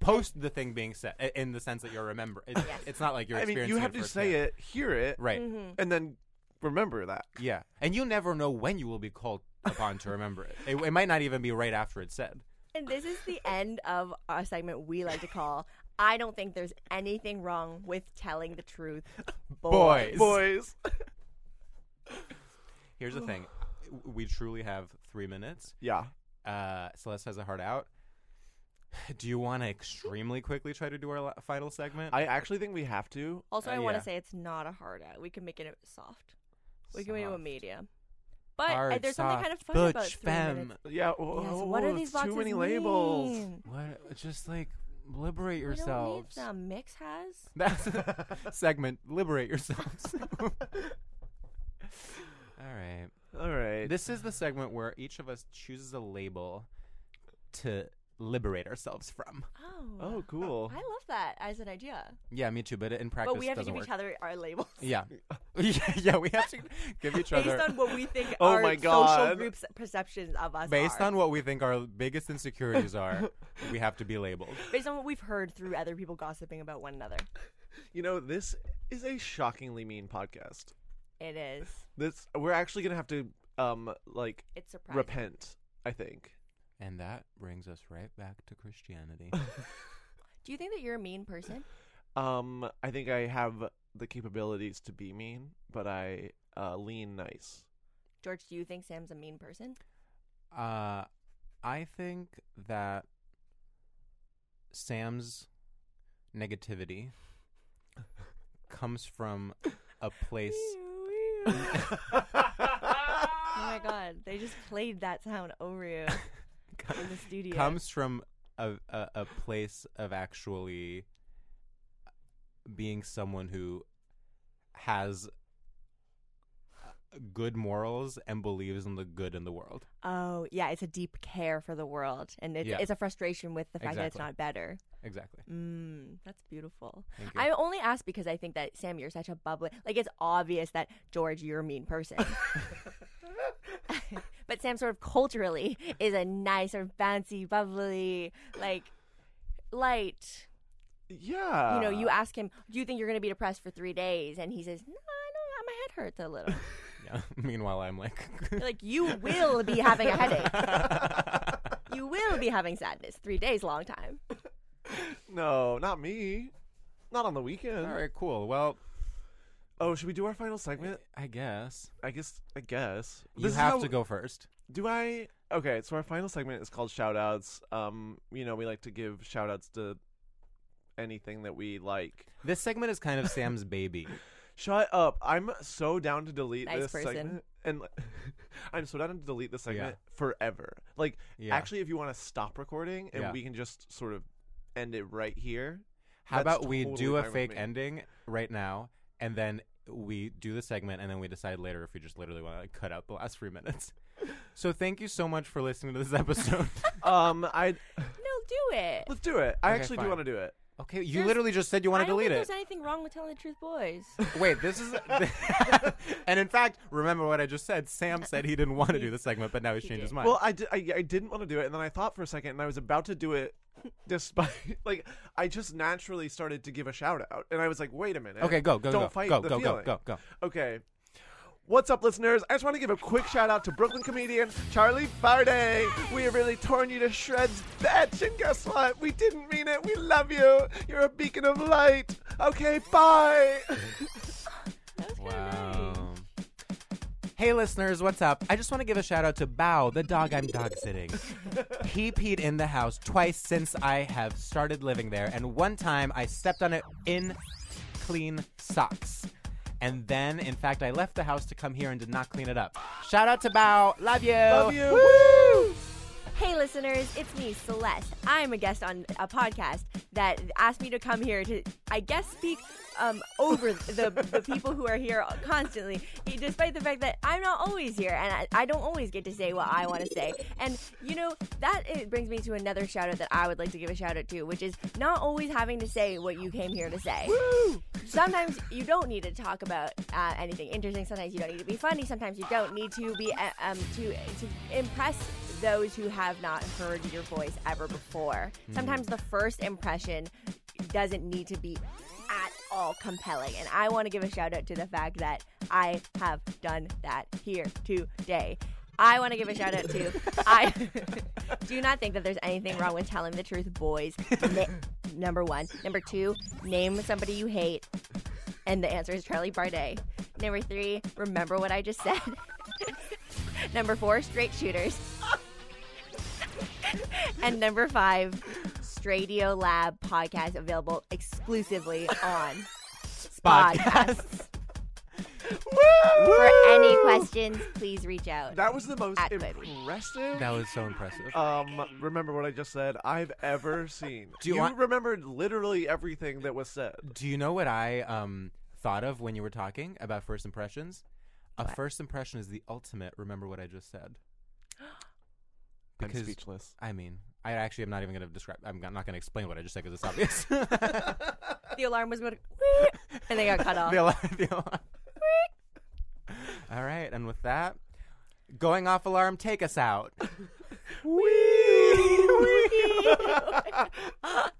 [SPEAKER 6] Post the thing being said i- in the sense that you're remember. It, It's not like you're.
[SPEAKER 7] I mean, you have to say it, hear it,
[SPEAKER 6] Right.
[SPEAKER 5] Mm-hmm.
[SPEAKER 7] and then remember that.
[SPEAKER 6] Yeah, and you never know when you will be called upon to remember it. It, it might not even be right after it's said.
[SPEAKER 5] And this is the end of our segment we like to call. I don't think there's anything wrong with telling the truth,
[SPEAKER 6] Boys.
[SPEAKER 7] Boys.
[SPEAKER 6] Here's the thing: W- we truly have three minutes.
[SPEAKER 7] yeah.
[SPEAKER 6] Uh, Celeste has a heart out. Do you want to extremely quickly try to do our la- final segment?
[SPEAKER 7] I actually think we have to.
[SPEAKER 5] Also,
[SPEAKER 6] Uh,
[SPEAKER 5] I want
[SPEAKER 6] yeah.
[SPEAKER 5] to say it's not a hard out. We can make it soft. We can make it a
[SPEAKER 6] Soft.
[SPEAKER 5] medium. But uh,
[SPEAKER 6] Hard,
[SPEAKER 5] there's something
[SPEAKER 6] soft,
[SPEAKER 5] kind of fun
[SPEAKER 6] butch,
[SPEAKER 5] about three
[SPEAKER 6] femme.
[SPEAKER 5] minutes.
[SPEAKER 7] Yeah.
[SPEAKER 5] Yes,
[SPEAKER 7] whoa,
[SPEAKER 5] what are
[SPEAKER 7] Oh, it's
[SPEAKER 5] these boxes
[SPEAKER 7] Too many labels.
[SPEAKER 5] mean?
[SPEAKER 6] What? Just like liberate
[SPEAKER 5] We don't need
[SPEAKER 6] yourselves.
[SPEAKER 5] them. Mix has.
[SPEAKER 6] That's segment. Liberate yourselves. All right.
[SPEAKER 7] All right.
[SPEAKER 6] This is the segment where each of us chooses a label to liberate ourselves from.
[SPEAKER 5] Oh.
[SPEAKER 7] oh, cool.
[SPEAKER 5] I love that as an idea.
[SPEAKER 6] Yeah, me too. But in practice,
[SPEAKER 5] but we have to
[SPEAKER 6] doesn't
[SPEAKER 5] give
[SPEAKER 6] work.
[SPEAKER 5] each other our labels.
[SPEAKER 6] Yeah. yeah, yeah, we have to give each
[SPEAKER 5] Based
[SPEAKER 6] other
[SPEAKER 5] on what we think
[SPEAKER 7] Oh
[SPEAKER 5] our
[SPEAKER 7] my
[SPEAKER 5] social
[SPEAKER 7] God.
[SPEAKER 5] group's perceptions of us
[SPEAKER 6] based
[SPEAKER 5] are.
[SPEAKER 6] on what we think our biggest insecurities are, we have to be labeled.
[SPEAKER 5] based on what we've heard through other people gossiping about one another.
[SPEAKER 7] You know, this is a shockingly mean podcast.
[SPEAKER 5] It is.
[SPEAKER 7] This we're actually gonna have to um like
[SPEAKER 5] It's surprising.
[SPEAKER 7] repent. I think.
[SPEAKER 6] And that brings us right back to Christianity.
[SPEAKER 5] Do you think that you're a mean person?
[SPEAKER 7] Um, I think I have
[SPEAKER 3] the capabilities to be mean, but I uh, lean nice.
[SPEAKER 5] George, do you think Sam's a mean person?
[SPEAKER 6] Uh, I think that Sam's negativity comes from a place.
[SPEAKER 5] Oh my god, they just played that sound over you in the studio.
[SPEAKER 6] comes from a, a a place of actually being someone who has good morals and believes in the good in the world.
[SPEAKER 5] Oh yeah, it's a deep care for the world, and it's,
[SPEAKER 6] Yeah.
[SPEAKER 5] it's a frustration with the fact that it's
[SPEAKER 6] Exactly.
[SPEAKER 5] not better.
[SPEAKER 6] Exactly.
[SPEAKER 5] Mm, that's beautiful.
[SPEAKER 6] Thank you.
[SPEAKER 5] I only asked because I think that Sam, you're such a bubbly. Like it's obvious that George, you're a mean person. but Sam, sort of culturally, is a nice, sort of bouncy, bubbly, like light.
[SPEAKER 3] Yeah.
[SPEAKER 5] you know, you ask him, "Do you think you're going to be depressed for three days?" And he says, "No, I know. My head hurts a little."
[SPEAKER 6] Yeah. Meanwhile, I'm like,
[SPEAKER 5] You're like, "You will be having a headache. You will be having sadness. Three days, long time."
[SPEAKER 3] No, not me. Not on the weekend.
[SPEAKER 6] All right, cool. Well,
[SPEAKER 3] Oh, should we do our final segment?
[SPEAKER 6] I guess
[SPEAKER 3] I guess. I guess.
[SPEAKER 6] you
[SPEAKER 3] This is
[SPEAKER 6] have
[SPEAKER 3] how-
[SPEAKER 6] to go first.
[SPEAKER 3] Do I? Okay, so our final segment is called shoutouts. Um, you know, we like to give shoutouts to anything that we like.
[SPEAKER 6] This segment is kind of Sam's baby.
[SPEAKER 3] Shut up! I'm so down to delete
[SPEAKER 5] Nice
[SPEAKER 3] this
[SPEAKER 5] person.
[SPEAKER 3] segment, and like, I'm so down to delete this segment forever. Like,
[SPEAKER 6] Yeah.
[SPEAKER 3] actually, if you want to stop recording and
[SPEAKER 6] Yeah.
[SPEAKER 3] we can just sort of end it right here.
[SPEAKER 6] How
[SPEAKER 3] that's
[SPEAKER 6] about we
[SPEAKER 3] totally
[SPEAKER 6] do a
[SPEAKER 3] fine with
[SPEAKER 6] fake
[SPEAKER 3] me.
[SPEAKER 6] ending right now, and then we do the segment, and then we decide later if we just literally want to like, cut out the last three minutes. So thank you so much for listening to this episode.
[SPEAKER 3] Um, I
[SPEAKER 5] No, do it.
[SPEAKER 3] let's do it. I
[SPEAKER 6] Okay,
[SPEAKER 3] actually
[SPEAKER 6] fine.
[SPEAKER 3] do want to do it.
[SPEAKER 6] okay, you
[SPEAKER 5] There's-
[SPEAKER 6] literally just said you want
[SPEAKER 5] I
[SPEAKER 6] to
[SPEAKER 5] don't
[SPEAKER 6] delete
[SPEAKER 5] think
[SPEAKER 6] it.
[SPEAKER 5] There's anything wrong with telling the truth, boys.
[SPEAKER 6] Wait, this is. and in fact, remember what I just said. Sam said he didn't want to do the segment, but now he's changed his
[SPEAKER 5] did.
[SPEAKER 6] mind.
[SPEAKER 3] Well, I, di- I, I didn't want to do it, and then I thought for a second, and I was about to do it, despite like I just naturally started to give a shout out, and I was like, wait a minute,
[SPEAKER 6] Okay, go, go,
[SPEAKER 3] don't
[SPEAKER 6] go,
[SPEAKER 3] fight
[SPEAKER 6] go,
[SPEAKER 3] the
[SPEAKER 6] go, go,
[SPEAKER 3] feeling.
[SPEAKER 6] go, go.
[SPEAKER 3] Okay, what's up, listeners? I just want to give a quick shout out to Brooklyn comedian Charlie Barday. We have really torn you to shreds, bitch, and guess what? We didn't mean it. We love you. You're a beacon of light. Okay, bye.
[SPEAKER 6] Wow. Um, Hey listeners, what's up? I just want to give a shout out to Bao, the dog I'm dog sitting. he peed in the house twice since I have started living there, and one time I stepped on it in clean socks. And then, in fact, I left the house to come here and did not clean it up. Shout out to Bao. Love you.
[SPEAKER 3] Love you. Woo!
[SPEAKER 5] Hey, listeners, it's me, Celeste. I'm a guest on a podcast that asked me to come here to, I guess, speak um, over the, the people who are here constantly, despite the fact that I'm not always here and I, I don't always get to say what I want to say. And, you know, that it brings me to another shout out that I would like to give a shout out to, which is not always having to say what you came here to say. Sometimes you don't need to talk about uh, anything interesting. Sometimes you don't need to be funny. Sometimes you don't need to be uh, um, to to impress those who have not heard your voice ever before. Sometimes the first impression doesn't need to be at all compelling. And I want to give a shout out to the fact that I have done that here today. I want to give a shout out to I do not think that there's anything wrong with telling the truth, boys. Na- number one. Number two, name somebody you hate. And the answer is Charlie Bardet. Number three, remember what I just said. number four, straight shooters. and number five, Stradio Lab podcast available exclusively on podcasts. For any questions, please reach out.
[SPEAKER 3] That was the most
[SPEAKER 5] At Quibi.
[SPEAKER 3] impressive.
[SPEAKER 6] That was so impressive.
[SPEAKER 3] um remember what I just said I've ever seen.
[SPEAKER 6] Do you
[SPEAKER 3] you
[SPEAKER 6] want-
[SPEAKER 3] remembered literally everything that was said.
[SPEAKER 6] Do you know what I um, thought of when you were talking about first impressions? A first impression is the ultimate. Remember what I just said. Because-
[SPEAKER 3] speechless.
[SPEAKER 6] I mean, I actually am not even going to describe. I'm not going to explain what I just said because it's obvious.
[SPEAKER 5] The alarm was going to, and they got cut off.
[SPEAKER 6] The alarm- the alarm. All right, and with that, going off alarm, take us out.
[SPEAKER 3] Wee!
[SPEAKER 6] Oh,